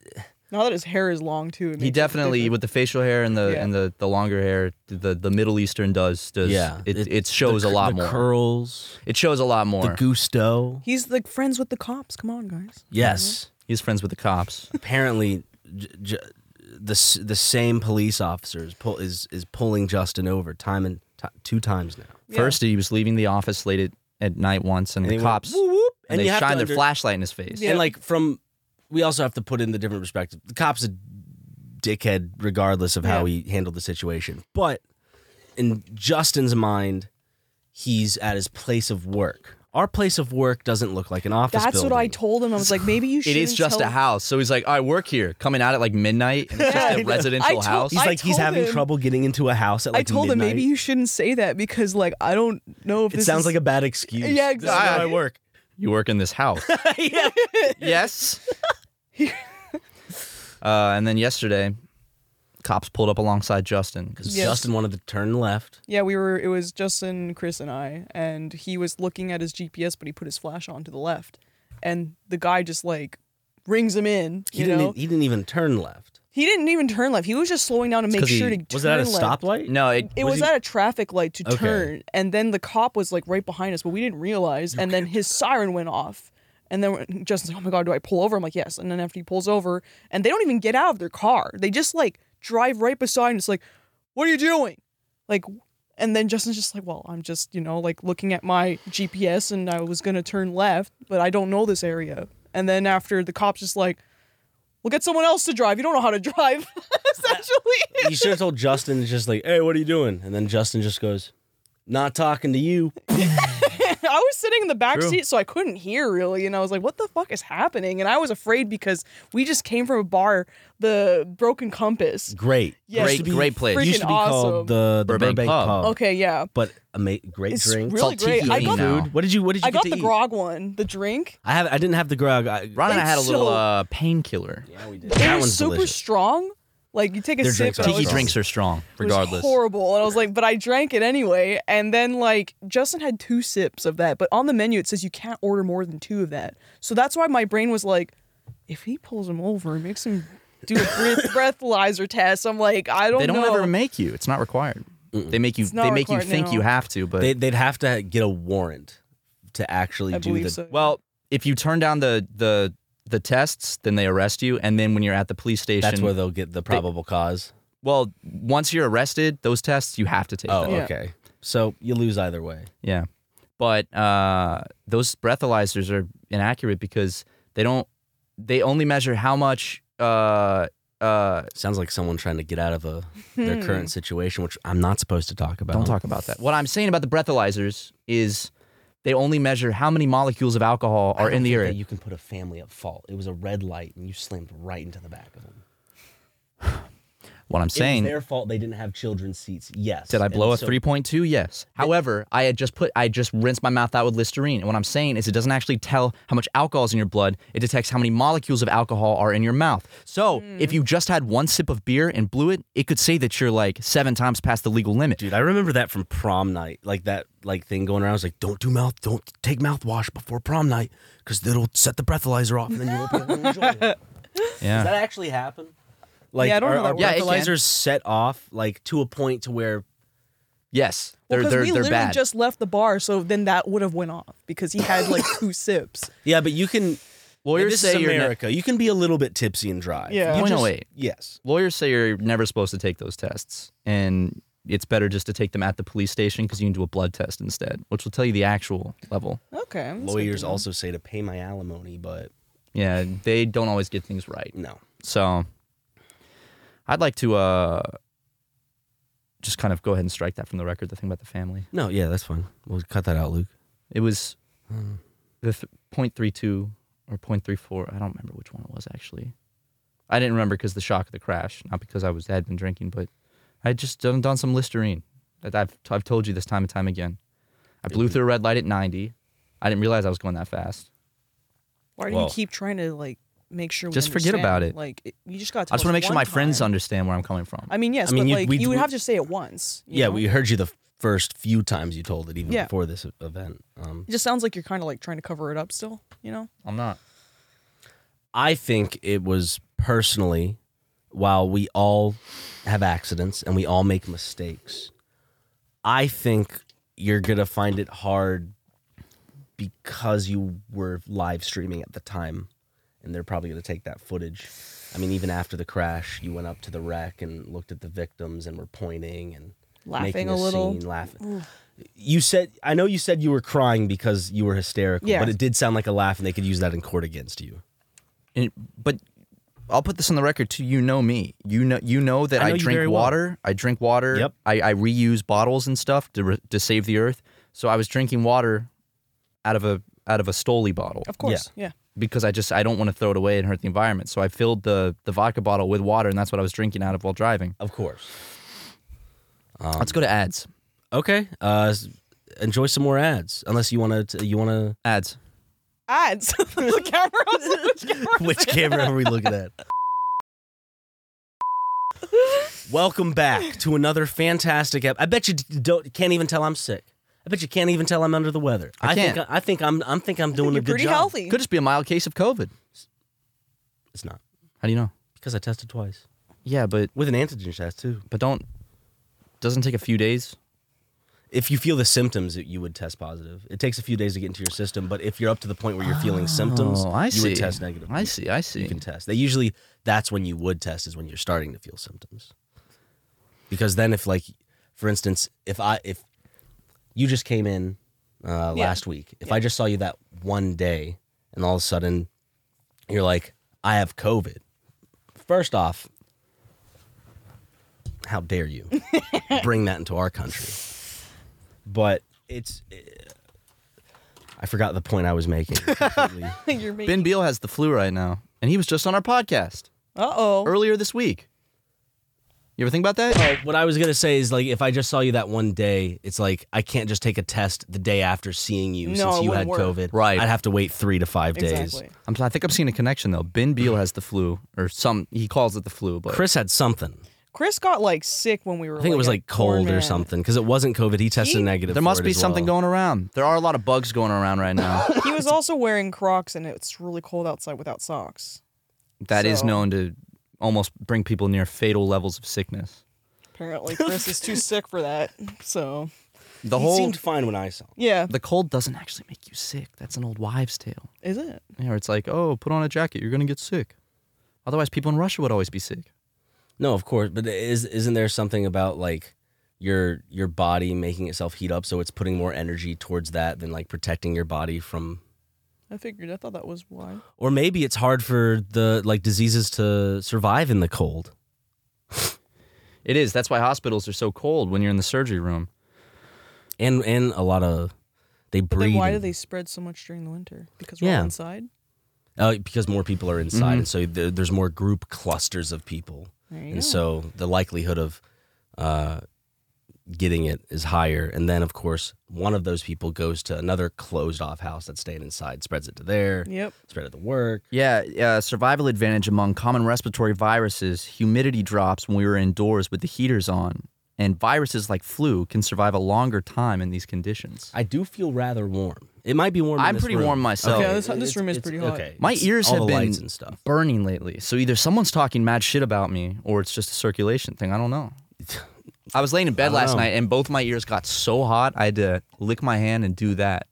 Now that his hair is long too, it makes He it definitely different. with the facial hair and the Yeah. and the, the longer hair, the the Middle Eastern does does yeah. it, it, the shows cur- a lot the more. curls, It shows a lot the more. gusto. He's like friends with the cops. Come on, guys. Yes, He's friends with the cops. apparently, j- j- the s- the same police officer is pull is is pulling Justin over time and t- two times now. First, he was leaving the office late at, at night once, and, And the they went, cops "Whoop, whoop," and, and you they have to shined their under- flashlight in his face. Yeah. And like from, we also have to put in the different perspective. The cop's a dickhead, regardless of how he handled the situation. But in Justin's mind, he's at his place of work. Our place of work doesn't look like an office. That's what I building. told him. I was like, maybe [SIGHS] you should. It is just a house, so he's like, "I work here." Coming out at like midnight, and it's Yeah, I just a know. I residential told- house. He's I like he's told having him- trouble getting into a house at like I told him midnight. maybe you shouldn't say that because like I don't know if It this sounds is- like Ah. a bad excuse. [LAUGHS] Yeah, This is how I exactly. work. you work in this house. yeah. yes. uh, and then yesterday, cops pulled up alongside Justin. Yes. Justin wanted to turn left. Yeah, we were. It was Justin, Chris, and I, and he was looking at his GPS, but he put his flash on to the left, and the guy just like rings him in. He You didn't. e-, know, He didn't even turn left. he didn't even turn left. He was just slowing down to make 'cause he- sure to Was it turn at a left. stoplight? No, it, It was, he- at a traffic light to Okay. turn, and then the cop was like right behind us, but we didn't realize. and then his siren went off, and then we're- Justin's like, "Oh my god, do I pull over?" I'm like, "Yes." And then after he pulls over, and they don't even get out of their car, they just like drive right beside, and it's like, "What are you doing?" Like, and then Justin's just like, "Well, I'm just you know like looking at my GPS, and I was gonna turn left, but I don't know this area." And then after the cop's just like, "We'll get someone else to drive. You don't know how to [LAUGHS] drive." Essentially, you should have told Justin it's just like, "Hey, what are you doing?" And then Justin just goes, "Not talking to you." I was sitting in the back True. seat, so I couldn't hear really, and I was like, "What the fuck is happening?" And I was afraid because we just came from a bar, the Broken Compass. Great, Yes. Great- great place. It used to Freaking be awesome. called the, the Burbank Burbank, Pub. Pub. Okay, yeah, but a ma- great It's drink. really It's all great. tiki I and got the- food. What did you? What did you I get got to the eat? grog one, the drink. I have. I didn't have the grog. I, Ron and I It's had a little so- uh, painkiller. It that was one's super delicious. strong. Like you take a Their sip, drinks and I are was Tiki awesome. just- drinks are strong, it was regardless. horrible, and I was like, "But I drank it anyway." And then like Justin had two sips of that, but on the menu it says you can't order more than two of that. So that's why my brain was like, "If he pulls him over and makes him do a breath- [LAUGHS] breathalyzer test," I'm like, "I don't They don't know." ever make you. It's not required. They make you. not They make you required, think no. you have to, but They, would have to get a warrant to actually I do believe the. so. Well, if you turn down the the the tests, then they arrest you, and then when you're at the police station, That's where they'll get the probable cause. well, once you're arrested, those tests you have to take. Oh, them. Yeah. okay. So you lose either way. yeah. But uh, those breathalyzers are inaccurate because they don't. They only measure how much. Uh, uh, Sounds like someone trying to get out of a Hmm. their current situation, which I'm not supposed to talk about. don't talk about that. What I'm saying about the breathalyzers is they only measure how many molecules of alcohol I are don't in the think that air. You can put a family at fault. It was a red light, and you slammed right into the back of them. What I'm saying It was their fault they didn't have children's seats. Yes. Did I blow And a so- 3.2? Yes. However, I had just put, I just rinsed my mouth out with Listerine. And what I'm saying is, it doesn't actually tell how much alcohol is in your blood. It detects how many molecules of alcohol are in your mouth. So Hmm. if you just had one sip of beer and blew it, it could say that you're like seven times past the legal limit. Dude, I remember that from prom night, like that like thing going around. I was like, "Don't do mouth, don't take mouthwash before prom night, because it'll set the breathalyzer off, and then you won't be able to enjoy it." [LAUGHS] Does Yeah. that actually happen? Like, Yeah, I don't are, know how are that works. Yeah, it can. breathalyzers set off like to a point to where Yes. They're, Because they're, we they're literally bad. just left the bar, so then that would have went off because he had like two [LAUGHS] sips. yeah, but you can. Lawyers this is say you're ne- America. you can be a little bit tipsy and drive. Yeah. You just- 0.08. yes. Lawyers say you're never supposed to take those tests. And it's better just to take them at the police station because you can do a blood test instead, which will tell you the actual level. Okay. that's good Lawyers to know. also say to pay my alimony, but Yeah. They don't always get things right. no. So I'd like to uh just kind of go ahead and strike that from the record, the thing about the family. No, yeah, that's fine. We'll cut that out, Luke. It was the th- 0.32 or 0.34. I don't remember which one it was actually. I didn't remember because the shock of the crash, not because I was had been drinking, but I had just done, done some Listerine. That I've I've told you this time and time again. I blew through a red light at 90. I didn't realize I was going that fast. Why do Well. you keep trying to like make sure? we Just forget understand? about it. Like it- you just got. I just want to make sure my friends understand where I'm coming from. I mean, yes, I mean, but you- like we- you would we- have to say it once. you Yeah, know? we heard you the first few times you told it, even Yeah. before this event. Um, It just sounds like you're kind of like trying to cover it up still. You know. I'm not. I think it was personally, while we all have accidents and we all make mistakes, I think you're going to find it hard because you were live streaming at the time and they're probably going to take that footage. I mean, even after the crash, you went up to the wreck and looked at the victims and were pointing and Laughing making a little. scene, laughing. You said, I know you said you were crying because you were hysterical, Yeah. but it did sound like a laugh and they could use that in court against you. And, but I'll put this on the record too. You know me. You know you know that I I, know you very drink well. water. I drink water. Yep. I, I reuse bottles and stuff to, re- to save the earth. So I was drinking water out of a out of a Stoli bottle Of course. Yeah. because I just I don't want to throw it away and hurt the environment. So I filled the the vodka bottle with water, and that's what I was drinking out of while driving. Of course. Let's go to ads. Okay. Uh, s- enjoy some more ads, unless you want to. You want to. Ads. Ads. [LAUGHS] the camera. Which camera? [LAUGHS] Which camera are we looking at? Welcome back to another fantastic ep. I bet you d- don't can't even tell I'm sick. I bet you can't even tell I'm under the weather. I think can't. I think I'm I'm think I'm doing You're a good pretty job. healthy. Could just be a mild case of COVID. It's not How do you know? because I tested twice Yeah, but with an antigen test too. but don't doesn't take a few days. If you feel the symptoms, it- you would test positive. It takes a few days to get into your system, but if you're up to the point where you're feeling symptoms, Oh, I you see. would test negative. I see. I see. you can test. They usually that's when you would test is when you're starting to feel symptoms. Because then if like for instance, if I if you just came in uh, Yeah. last week, if I just saw you that one day and all of a sudden you're like, I have COVID. First off, how dare [LAUGHS] you bring that into our country? But it's I forgot the point I was [LAUGHS] making. completely. you're making. Ben Beal has the flu right now, and he was just on our podcast Uh oh. earlier this week. You ever think about that? Oh, what I was gonna say is like if I just saw you that one day, it's like I can't just take a test the day after seeing you No, since it you had wouldn't work. COVID. Right. I'd have to wait three to five days. Exactly. I'm, I think I'm seeing a connection though. Ben Beal has the flu, or some he calls it the flu, but Chris had something. Chris got like sick when we were. I think it was at like cold or Corman. something because it wasn't COVID. He tested He- negative. there for must it be as something well. going around. There are a lot of bugs going around right now. [LAUGHS] He was also wearing Crocs, and it's really cold outside without socks. That is So- known to almost bring people near fatal levels of sickness. Apparently, Chris is too sick for that. So The He whole seemed fine when I saw. him. yeah, the cold doesn't actually make you sick. That's an old wives' tale. is it? Yeah, where it's like, oh, put on a jacket, you're gonna get sick. Otherwise, people in Russia would always be sick. No, of course, but is isn't there something about like your your body making itself heat up so it's putting more energy towards that than like protecting your body from I figured. I thought that was why. or maybe it's hard for the like diseases to survive in the cold. It is. That's why hospitals are so cold when you're in the surgery room. and and a lot of they But breed then why do in- they spread so much during the winter? Because we're all Yeah. inside. Mm-hmm. uh, because more people are inside and so there, there's more group clusters of people There you and go. so the likelihood of uh, getting it is higher. And then, of course, one of those people goes to another closed off house that's staying inside, spreads it to there, Yep. spread it to work. Yeah, uh, survival advantage among common respiratory viruses, humidity drops when we were indoors with the heaters on. And viruses like flu can survive a longer time in these conditions. I do feel rather warm. It might be warm. in I'm this pretty room. warm myself. Yeah, this- this It's- room is it's- pretty hot. Okay. My It's ears all have the been lights and stuff. burning lately. So either someone's talking mad shit about me or it's just a circulation thing. I [LAUGHS] don't know. I was laying in bed don't last know. night and both my ears got so hot I had to lick my hand and do that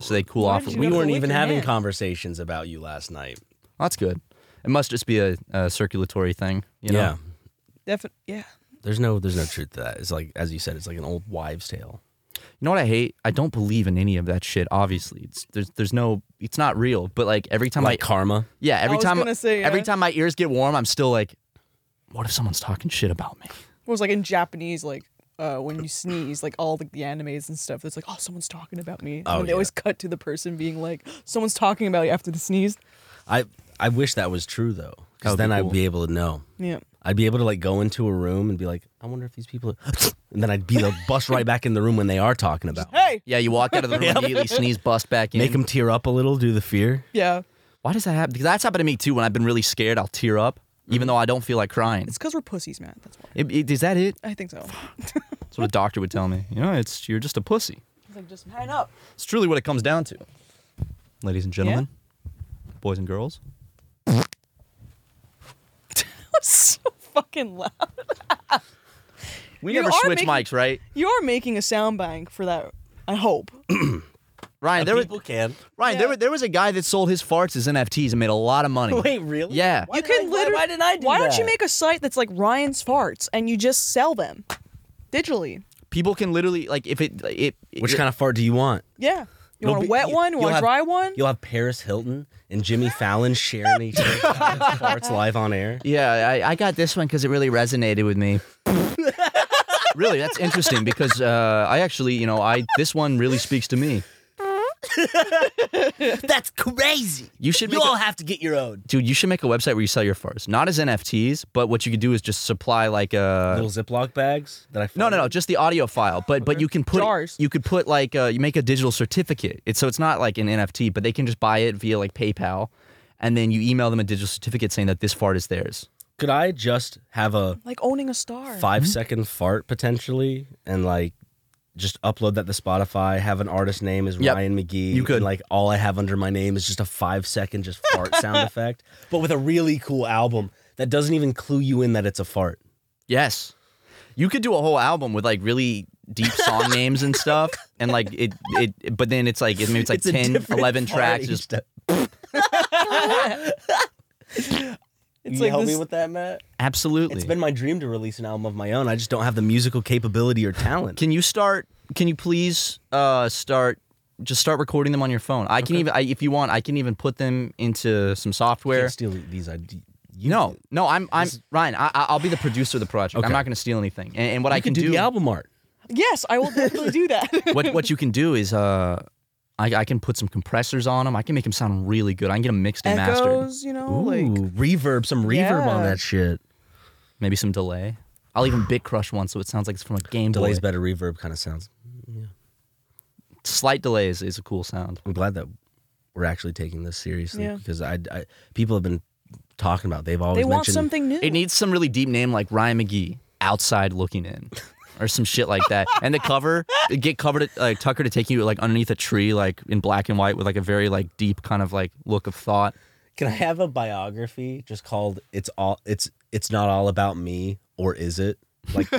so they cool Why off. a did you little. We have to weren't lick even your having hand. conversations about you last night. That's good. It must just be a, a circulatory thing. You know? Yeah. Definitely. Yeah. There's no there's no truth to that. It's like as you said, it's like an old wives' tale. You know what I hate? I don't believe in any of that shit. Obviously, it's there's there's no it's not real. But like every time Like I karma. yeah every was time gonna say, every yeah. time my ears get warm, I'm still like, what if someone's talking shit about me? What was like in Japanese, like uh, when you sneeze, like all the, the animes and stuff. It's like, oh, someone's talking about me. Oh, and they yeah. always cut to the person being like, someone's talking about you after the sneeze. I I wish that was true though, That because would be then cool. I'd be able to know. Yeah. I'd be able to like go into a room and be like, I wonder if these people, are... [GASPS] and then I'd be [LAUGHS] the bust right back in the room when they are talking about. Hey. Yeah, you walk [LAUGHS] out of the room immediately, sneeze, bust back in. Make them tear up a little, do the fear. Yeah. Why does that happen? Because that's happened to me too. When I've been really scared, I'll tear up, even though I don't feel like crying. It's because we're pussies, man. That's why. It- it- is that it? I think so. That's what a doctor would tell me. You know, it's you're just a pussy. It's like, just hang up. It's truly what it comes down to. Ladies and gentlemen, [LAUGHS] boys and girls. so fucking loud. We You never are switch making- mics, right? You are making a sound bank for that. I hope. Ryan, there was can. [LAUGHS] Ryan, there, Yeah. wa- there was a guy that sold his farts as NFTs and made a lot of money. Wait, really? Yeah. you can literally. why didn't I do Why don't you that? make a site that's like Ryan's farts and you just sell them digitally? People can literally like if it it. Which kind of fart do you want? Yeah. You It'll want a be- wet you- one? You you'll want a have- dry one? You'll have Paris Hilton and Jimmy Fallon [LAUGHS] sharing each other's farts live on [LAUGHS] air. Yeah, I, I got this one because it really resonated [LAUGHS] with me. really, that's interesting because uh, I actually, you know, I this one really speaks to me. [LAUGHS] That's crazy. You should make a- have to get your own dude. You should make a website where you sell your farts, not as NFTs, but what you could do is just supply like uh, a. little Ziploc bags that I. No, no, no, just the audio file. But but you can put Jars. you could put like uh, you make a digital certificate. It's so it's not like an NFT, but they can just buy it via like PayPal, and then you email them a digital certificate saying that this fart is theirs. Could I just have a Like owning a star. five second fart potentially and like just upload that to Spotify, have an artist name is Yep. Ryan McGee. You could. and, like all I have under my name is just a five second just fart [LAUGHS] sound effect. But with a really cool album that doesn't even clue you in that it's a fart. Yes, you could do a whole album with like really [LAUGHS] deep song names and stuff, and like it it. But then it's like maybe it's like a 10, different [LAUGHS] 11 fart tracks. each Just time. It's Can you like help this- me with that, Matt? absolutely. It's been my dream to release an album of my own. I just don't have the musical capability or talent. Can you start? Can you please uh, start? Just start recording them on your phone. I can even, I, if you want, I can even put them into some software. Can't steal these ideas. You No, no, I'm, I'm Ryan. I, I- I'll be the producer of the project. I'm Okay. not going to steal anything. And, and what I you can could do, do, the album art. Yes, I will definitely do that. [LAUGHS] [LAUGHS] what what you can do is, uh, I, I can put some compressors on them. I can make them sound really good. I can get them mixed and mastered. Echoes, you know, like Ooh, reverb, some reverb on Yeah. that shit. Maybe some delay. I'll even bit crush one so it sounds like it's from a game Delays Boy. better reverb kind of sounds. Slight delays is a cool sound. I'm glad that we're actually taking this seriously Yeah. because I, I people have been talking about. They've always they want mentioned something new. It needs some really deep name like Ryan McGee, outside looking in, [LAUGHS] or some shit like that. And the cover, get cover to like Tucker to take you like underneath a tree, like in black and white with like a very like deep kind of like look of thought. Can I have a biography just called "It's all it's it's not all about me" or is it? Like, [LAUGHS]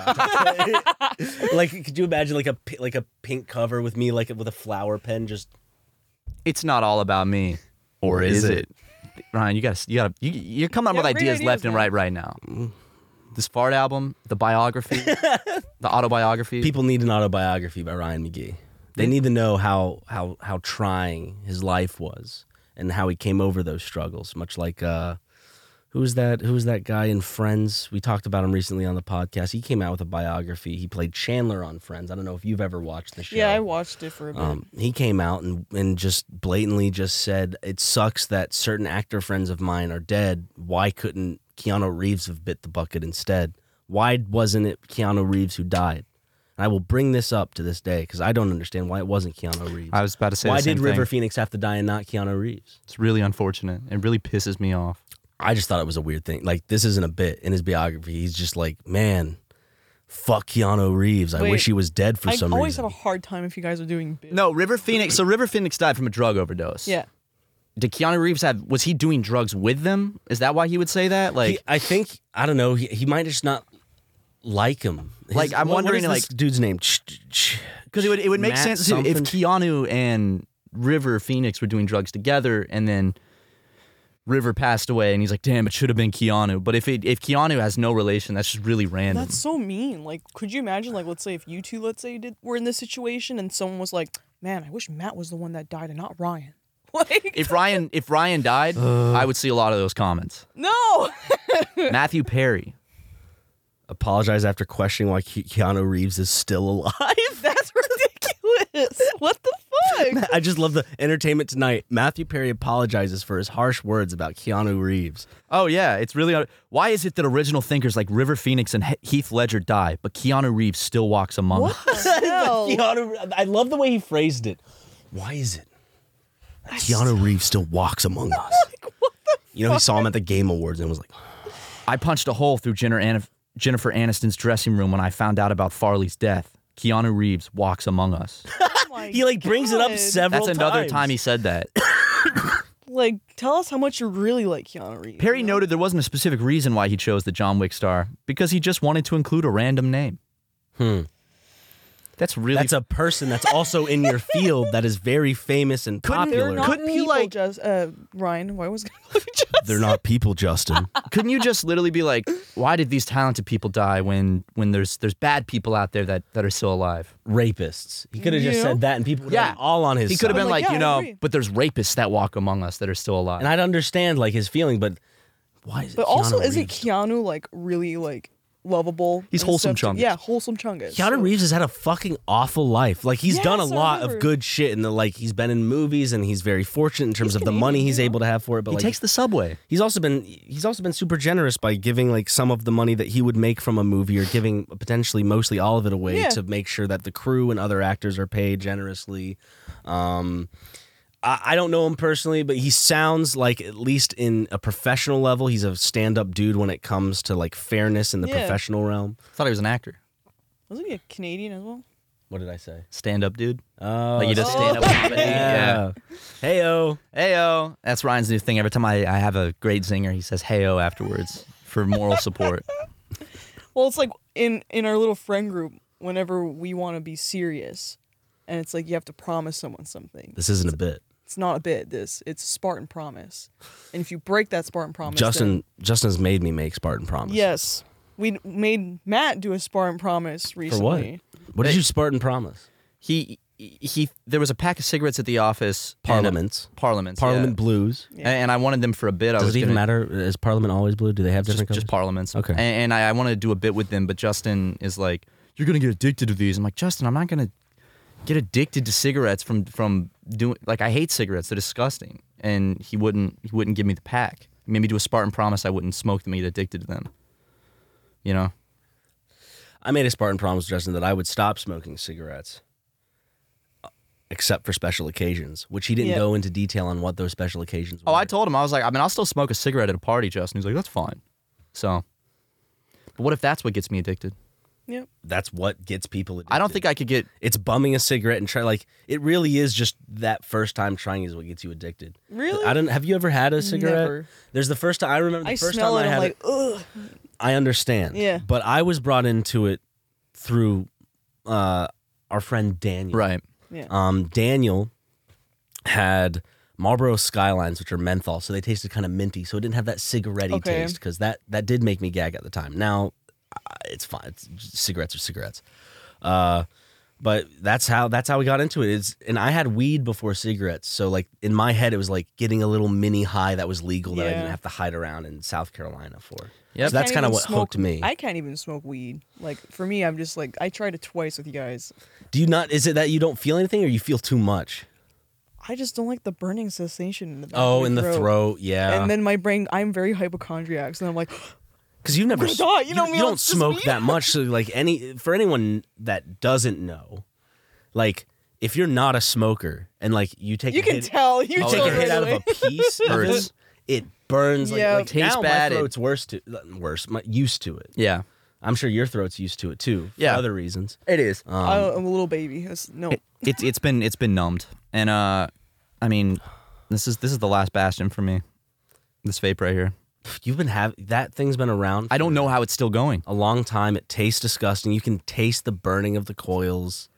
like could you imagine like a pi- like a pink cover with me like with a flower pen? Just It's not all about me, or is it? Ryan, you gotta, you gotta, you, you're coming up Yeah, with great ideas, ideas, left and man. right right now. This fart album, [LAUGHS] the biography, the autobiography. people need an autobiography by Ryan McGee. They need to know how how how trying his life was and how he came over those struggles. Much like uh, who's that? Who's that guy in Friends? We talked about him recently on the podcast. He came out with a biography. He played Chandler on Friends. I don't know if you've ever watched the show. yeah, I watched it for a bit. Um, he came out and, and just blatantly just said, It sucks that certain actor friends of mine are dead. Why couldn't Keanu Reeves have bit the bucket instead? Why wasn't it Keanu Reeves who died? And I will bring this up to this day because I don't understand why it wasn't Keanu Reeves. I was about to say why the same did River thing. Phoenix have to die and not Keanu Reeves? It's really unfortunate. It really pisses me off. I just thought it was a weird thing. Like this isn't a bit in his biography. He's just like, man, fuck Keanu Reeves. I Wait, wish he was dead for I some always reason. have a hard time if you guys are doing bits. No, River Phoenix. So River Phoenix died from a drug overdose. Yeah. Did Keanu Reeves have? Was he doing drugs with them? Is that why he would say that? Like, He- I think I don't know. He, he might just not like him. His- Like, what- I'm what wondering, is this like- dude's name. Ch- ch- ch- because it would it would make Matt sense if- if something. Keanu and River Phoenix were doing drugs together, and then River passed away, and he's like, "Damn, it should have been Keanu." But if it if Keanu has no relation, that's just really random. That's so mean. Like, could you imagine? Like, let's say if you two, let's say, did were in this situation, and someone was like, "Man, I wish Matt was the one that died and not Ryan." [LAUGHS] Like, if Ryan if Ryan died, I would see a lot of those comments. no. [LAUGHS] Matthew Perry. Apologize after questioning why Ke- Keanu Reeves is still alive. [LAUGHS] That's ridiculous. [LAUGHS] What the fuck? I just love the Entertainment Tonight. Matthew Perry apologizes for his harsh words about Keanu Reeves. Oh yeah, it's really. Why is it that original thinkers like River Phoenix and He- Heath Ledger die, but Keanu Reeves still walks among us? No. Keanu, I love the way he phrased it. Why is it? that Keanu Reeves still walks among [LAUGHS] us. you know, he saw him at the Game Awards and was like, [LAUGHS] I punched a hole through Jenner Anif- Jennifer Aniston's dressing room when I found out about Farley's death. Keanu Reeves walks among us. Oh my he like brings it up God. several That's another time he said that. [COUGHS] Like, tell us how much you really like Keanu Reeves. Perry noted there wasn't a specific reason why he chose the John Wick star because he just wanted to include a random name. Hmm. That's really That's a person that's also in your field that is very famous and Couldn't- They're popular. not Couldn't he, people, like- just uh, Ryan? Why was I gonna look at just? They're not people, [LAUGHS] Justin. couldn't you just literally be like, why did these talented people die when when there's there's bad people out there that, that are still alive? Rapists. He could have just You? said that, and people would have Yeah. been all on his. He could have side. been like, yeah, like, you I know, agree. but there's rapists that walk among us that are still alive. and I'd understand like his feeling, but why is it? But also, Keanu isn't Reeves? Keanu like really like lovable? He's and wholesome stuff? chungus. Yeah, wholesome chungus. Keanu Reeves has had a fucking awful life. Like he's Yes, done a I lot of remember. good shit, and the like he's been in movies, and he's very fortunate in terms of the money he's able to have for it. But he like, takes the subway. he's also been he's also been super generous by giving like some of the money that he would make from a movie, or giving potentially mostly all of it away Yeah. to make sure that the crew and other actors are paid generously. Um, I, I don't know him personally, but he sounds like at least in a professional level, he's a stand-up dude when it comes to like fairness in the Yeah. professional realm. thought he was an actor. Wasn't he a Canadian as well? What did I say? Stand up, dude. Oh, Like you just stand up comedy. Yeah. Heyo. Heyo. That's Ryan's new thing. Every time I, I have a great singer, he says heyo afterwards for [LAUGHS] moral support. Well, it's like in in our little friend group. Whenever we want to be serious, and it's like you have to promise someone something. This isn't a bit. It's not a bit. This it's a Spartan promise, and if you break that Spartan promise, then- Justin Justin's made me make Spartan Promise. yes, we made Matt do a Spartan promise For recently. what? What did you Spartan Promise? He he there was a pack of cigarettes at the office. and a- Parliaments. Parliaments. Parliament yeah. Blues. A- And I wanted them for a bit. I Does was it even gonna- matter? Is Parliament always blue? Do they have Just, different just colors? parliaments. Okay. A- And, I, I wanted to do a bit with them, but Justin is like, "You're gonna get addicted to these." I'm like, Justin, I'm not gonna get addicted to cigarettes from from doing like I hate cigarettes. They're disgusting. And he wouldn't he wouldn't give me the pack. He made me do a Spartan promise I wouldn't smoke them and get addicted to them. You know. I made a Spartan Promise, Justin, that I would stop smoking cigarettes, uh, except for special occasions, which he didn't Yeah. go into detail on what those special occasions. were. Oh, I told him I was like, I mean, I'll still smoke a cigarette at a party, Justin. He's like, that's fine. So, but what if that's what gets me addicted? Yep. That's what gets people. Addicted. I don't think I could get. it's bumming a cigarette and try like it really is just that first time trying is what gets you addicted. Really? I don't. Have you ever had a cigarette? Never. There's the first time I remember. The I first smell time I it. I'm had like, it. ugh. I understand. Yeah. But I was brought into it through uh, our friend Daniel. Right. Um, Daniel had Marlboro Skylines, which are menthol, so they tasted kind of minty, so it didn't have that cigarette Okay. taste because that that did make me gag at the time. Now I- it's fine. It's, cigarettes are cigarettes. Uh, but that's how that's how we got into it. It's, and I had weed before cigarettes, so like in my head it was like getting a little mini high that was legal that I Yeah. didn't have to hide around in South Carolina for. Yep. So that's can't kind of even what smoke- hooked me. I can't even smoke weed. Like for me, I'm just like I tried it twice with you guys. Do you not? Is it that you don't feel anything, or you feel too much? I just don't like the burning sensation in the back of Oh, my in the throat, yeah. And then my brain, I'm very hypochondriac, so I'm like, [GASPS] because you've never my s- God, you know me, don't it's just smoke me. that much so like any for anyone that doesn't know like if you're not a smoker and like you take you a can hit, tell, you you told take a right hit out of away. a piece of Hurts. it, it burns like, Yeah. like Tastes now bad, my it- throat's worse to uh, worse my, used to it Yeah, i'm sure your throat's used to it too for Yeah. other reasons it is. um, I- Oh, I'm a little baby. It's- no, It, it's it's been it's been numbed, and uh, I mean, this is this is the last bastion for me. This vape right here. you've been having that thing's been around I don't know how it's still going. a long time it tastes disgusting you can taste the burning of the coils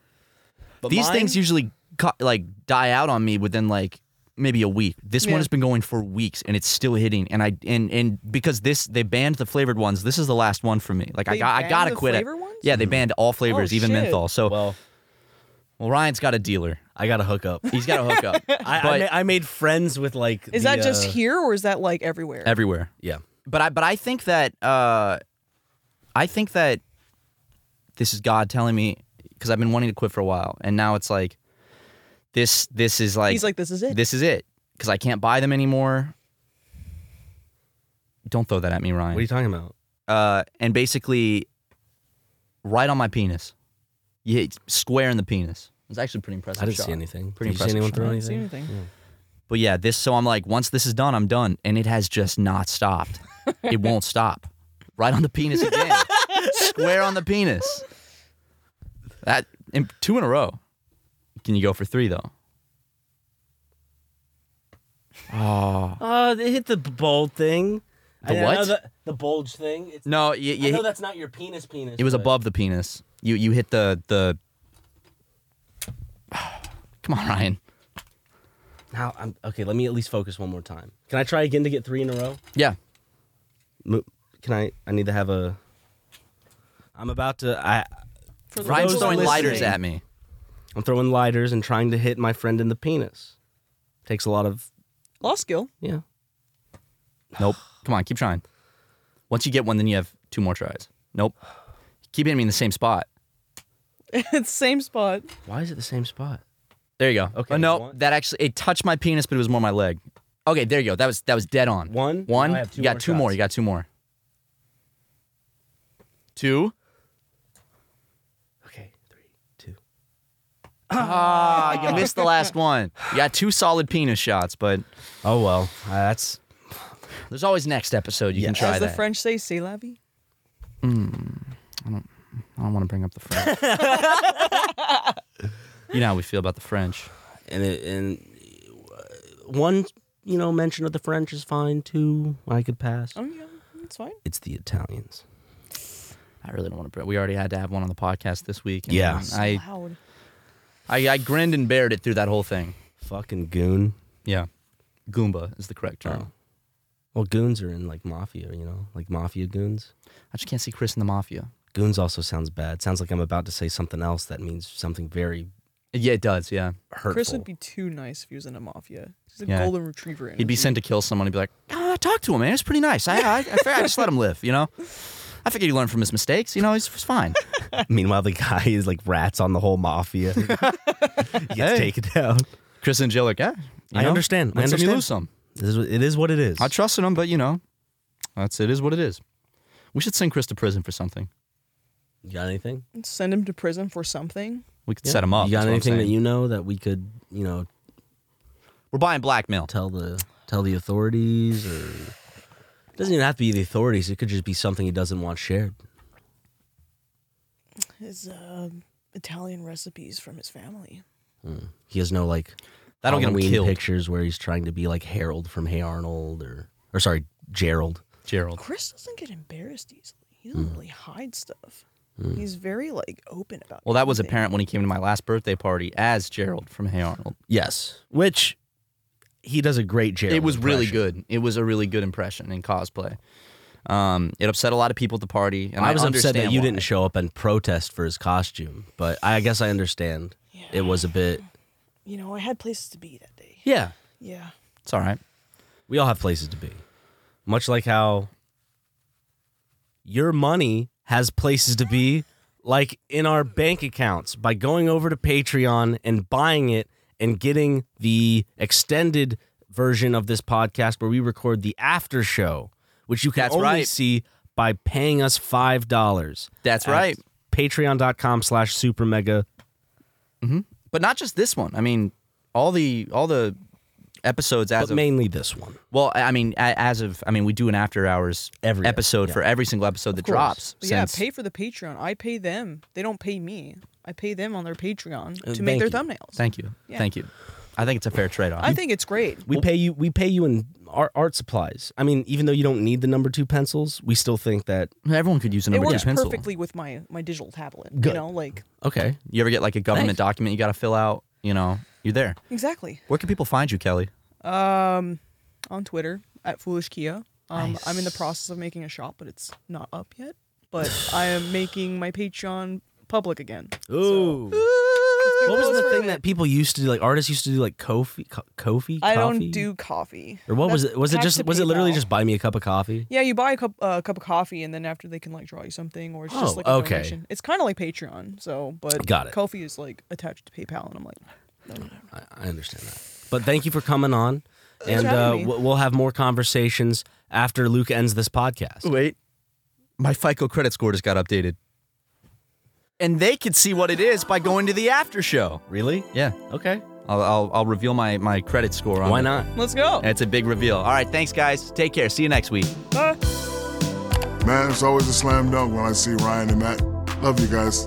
But These mine- things usually cu- like die out on me within like maybe a week. This Yeah. one has been going for weeks and it's still hitting. And I and and because this they banned the flavored ones. This is the last one for me. Like I They got I banned gotta the quit flavor it. ones? Oh, Yeah, they banned all flavors, even shit. menthol. So well, Hmm. well Ryan's got a dealer. i gotta hook up He's got a hookup. [LAUGHS] I, I, But- ma- I made friends with like is the, that just uh, here or is that like everywhere? everywhere. yeah But I but I think that uh, I think that this is God telling me because I've been wanting to quit for a while, and now it's like this this is like He's like, this is it. this is it because I can't buy them anymore. Don't throw that at me, what are you Ryan. talking about Uh, and basically, right on my penis, you hit square in the penis. It's actually a pretty impressive. I didn't shot. see anything. Pretty Did you see anyone impressive. shot. throw I didn't see anything? anything. But yeah, this. So I'm like, once this is done, I'm done, and it has just not stopped. [LAUGHS] it won't stop. Right on the penis again. Square on the penis. That in, two in a row. Can you go for three though? Oh, they hit the bold thing. The I know what? The, the- bulge thing. It's, No, you, you I know hit- that's not your penis. Penis. it was but- above the penis. You you hit the the. [SIGHS] Come on, Ryan. How? I'm, okay, let me at least focus one more time. Can I try again to get three in a row? Yeah. Mo- Can I? I need to have a. I'm about to. I. For the Ryan's people throwing listening. lighters at me. I'm throwing lighters and trying to hit my friend in the penis. Takes a lot of. Law skill. Yeah. Nope. Come on, keep trying. Once you get one, then you have two more tries. Nope. Keep hitting me in the same spot. [LAUGHS] it's same spot. Why is it the same spot? There you go. Okay, Oh, no, one- that actually it touched my penis, but it was more my leg. Okay, there you go. That was that was dead on. One? One. Now I have two you got more two more. shots. You got two more. Two. Okay, three, two. Ah, you missed [LAUGHS] the last one. You got two solid penis shots, but Oh well, uh, that's there's always next episode. You can Yes. try As the that. French say, c'est la vie. I don't want to bring up the [LAUGHS] French. you know how we feel about the French. and it, and uh, one you know mention of the French is fine too. I could pass. Oh, yeah, it's fine. It's the Italians. I really don't want to. bring We already had to have one on the podcast this week. and Yeah. I, Loud. I I grinned and bared it through that whole thing. Fucking goon. Yeah. Goomba is the correct term. Oh. Well, goons are in like mafia, you know, like mafia goons. I just can't see Chris in the Mafia. Goons also sounds bad. Sounds like I'm about to say something else that means something very Yeah, it does. Yeah. hurtful. Chris would be too nice if he was in a mafia. He's a Yeah. golden retriever. Energy. He'd be sent to kill someone. He'd be like, ah, talk to him, man. It's pretty nice. I, I, I, fig- I just let him live, you know? I figured he learned from his mistakes. You know, he's, he's fine. [LAUGHS] Meanwhile, the guy is like rats on the whole [LAUGHS] mafia. he gets Hey. taken down. Chris and Jill, like, yeah. I understand. I Win some, you understand. lose some. This is, what- it is what it is. I trusted him, but, you know, that's it is what it is. We should send Chris to prison for something. you got anything? send him to prison for something. We could set him up. You got that's what I'm anything that saying. you know that we could, you know, We're buying blackmail. tell the tell the authorities or it doesn't even have to be the authorities it could just be something he doesn't want shared His um Italian recipes from his family. he has no like That'll get him Halloween killed. pictures where he's trying to be like harold from hey arnold or or sorry gerald Gerald. Chris doesn't get embarrassed easily. He Hmm. doesn't really hide stuff. He's very like open about. Well, that was everything. apparent when he came to my last birthday party as Gerald from Hey Arnold. yes which he does a great gerald it was really impression. good. It was a really good impression in cosplay. Um, it upset a lot of people at the party, and I, i was upset understand that you why. didn't show up and protest for his costume but i guess i understand it was a bit You know, I had places to be that day. yeah Yeah. It's all right. we all have places to be much like how your money has places to be like in our bank accounts by going over to patreon and buying it and getting the extended version of this podcast where we record the after show, which you can That's only right. see by paying us five dollars. That's right. Patreon.com slash super mega. But not just this one. I mean, all the all the episodes as But of mainly this one. well, I I mean, a- as of I mean, we do an after hours Every- episode for every single episode that drops. But yeah, since- pay for the Patreon. I pay them. They don't pay me. I pay them on their Patreon Uh, to make their thank thumbnails. Thank you. Yeah. Thank you. I think it's a fair trade off. I think it's great. We pay you we pay you in art, art supplies. I mean, even though you don't need the number two pencils, we still think that everyone could use a It number two works pencil. perfectly with my my digital tablet. Good. You know, like Okay. You ever get like a government document you got to fill out? You know, you're there. exactly. Where can people find you, Kelly? Um, on Twitter at Foolish Kia. Um, I'm in the process of making a shop, but it's not up yet. But I am making my Patreon public again. Ooh. what was the thing that people used to do? Like artists used to do, like Kofi, co- Kofi. I Coffee? don't do coffee. Or what was That's it? Was it tax just? to Was it literally PayPal. just buy me a cup of coffee? Yeah, you buy a cup uh, cup of coffee, and then after they can like draw you something, or it's just Oh, like a okay. donation. It's kind of like Patreon, so but Got it. Kofi is like attached to PayPal, and I'm like, I, I understand that. But thank you for coming on, and for having uh, me. we'll we'll have more conversations after Luke ends this podcast. Wait. My FICO credit score just got updated. And they could see what it is by going to the after show. Really? Yeah. Okay. I'll, I'll, I'll reveal my, my credit score on Why it. not? let's go. It's a big reveal. All right. Thanks, guys. Take care. See you next week. Bye. Man, it's always a slam dunk when I see Ryan and Matt. Love you guys.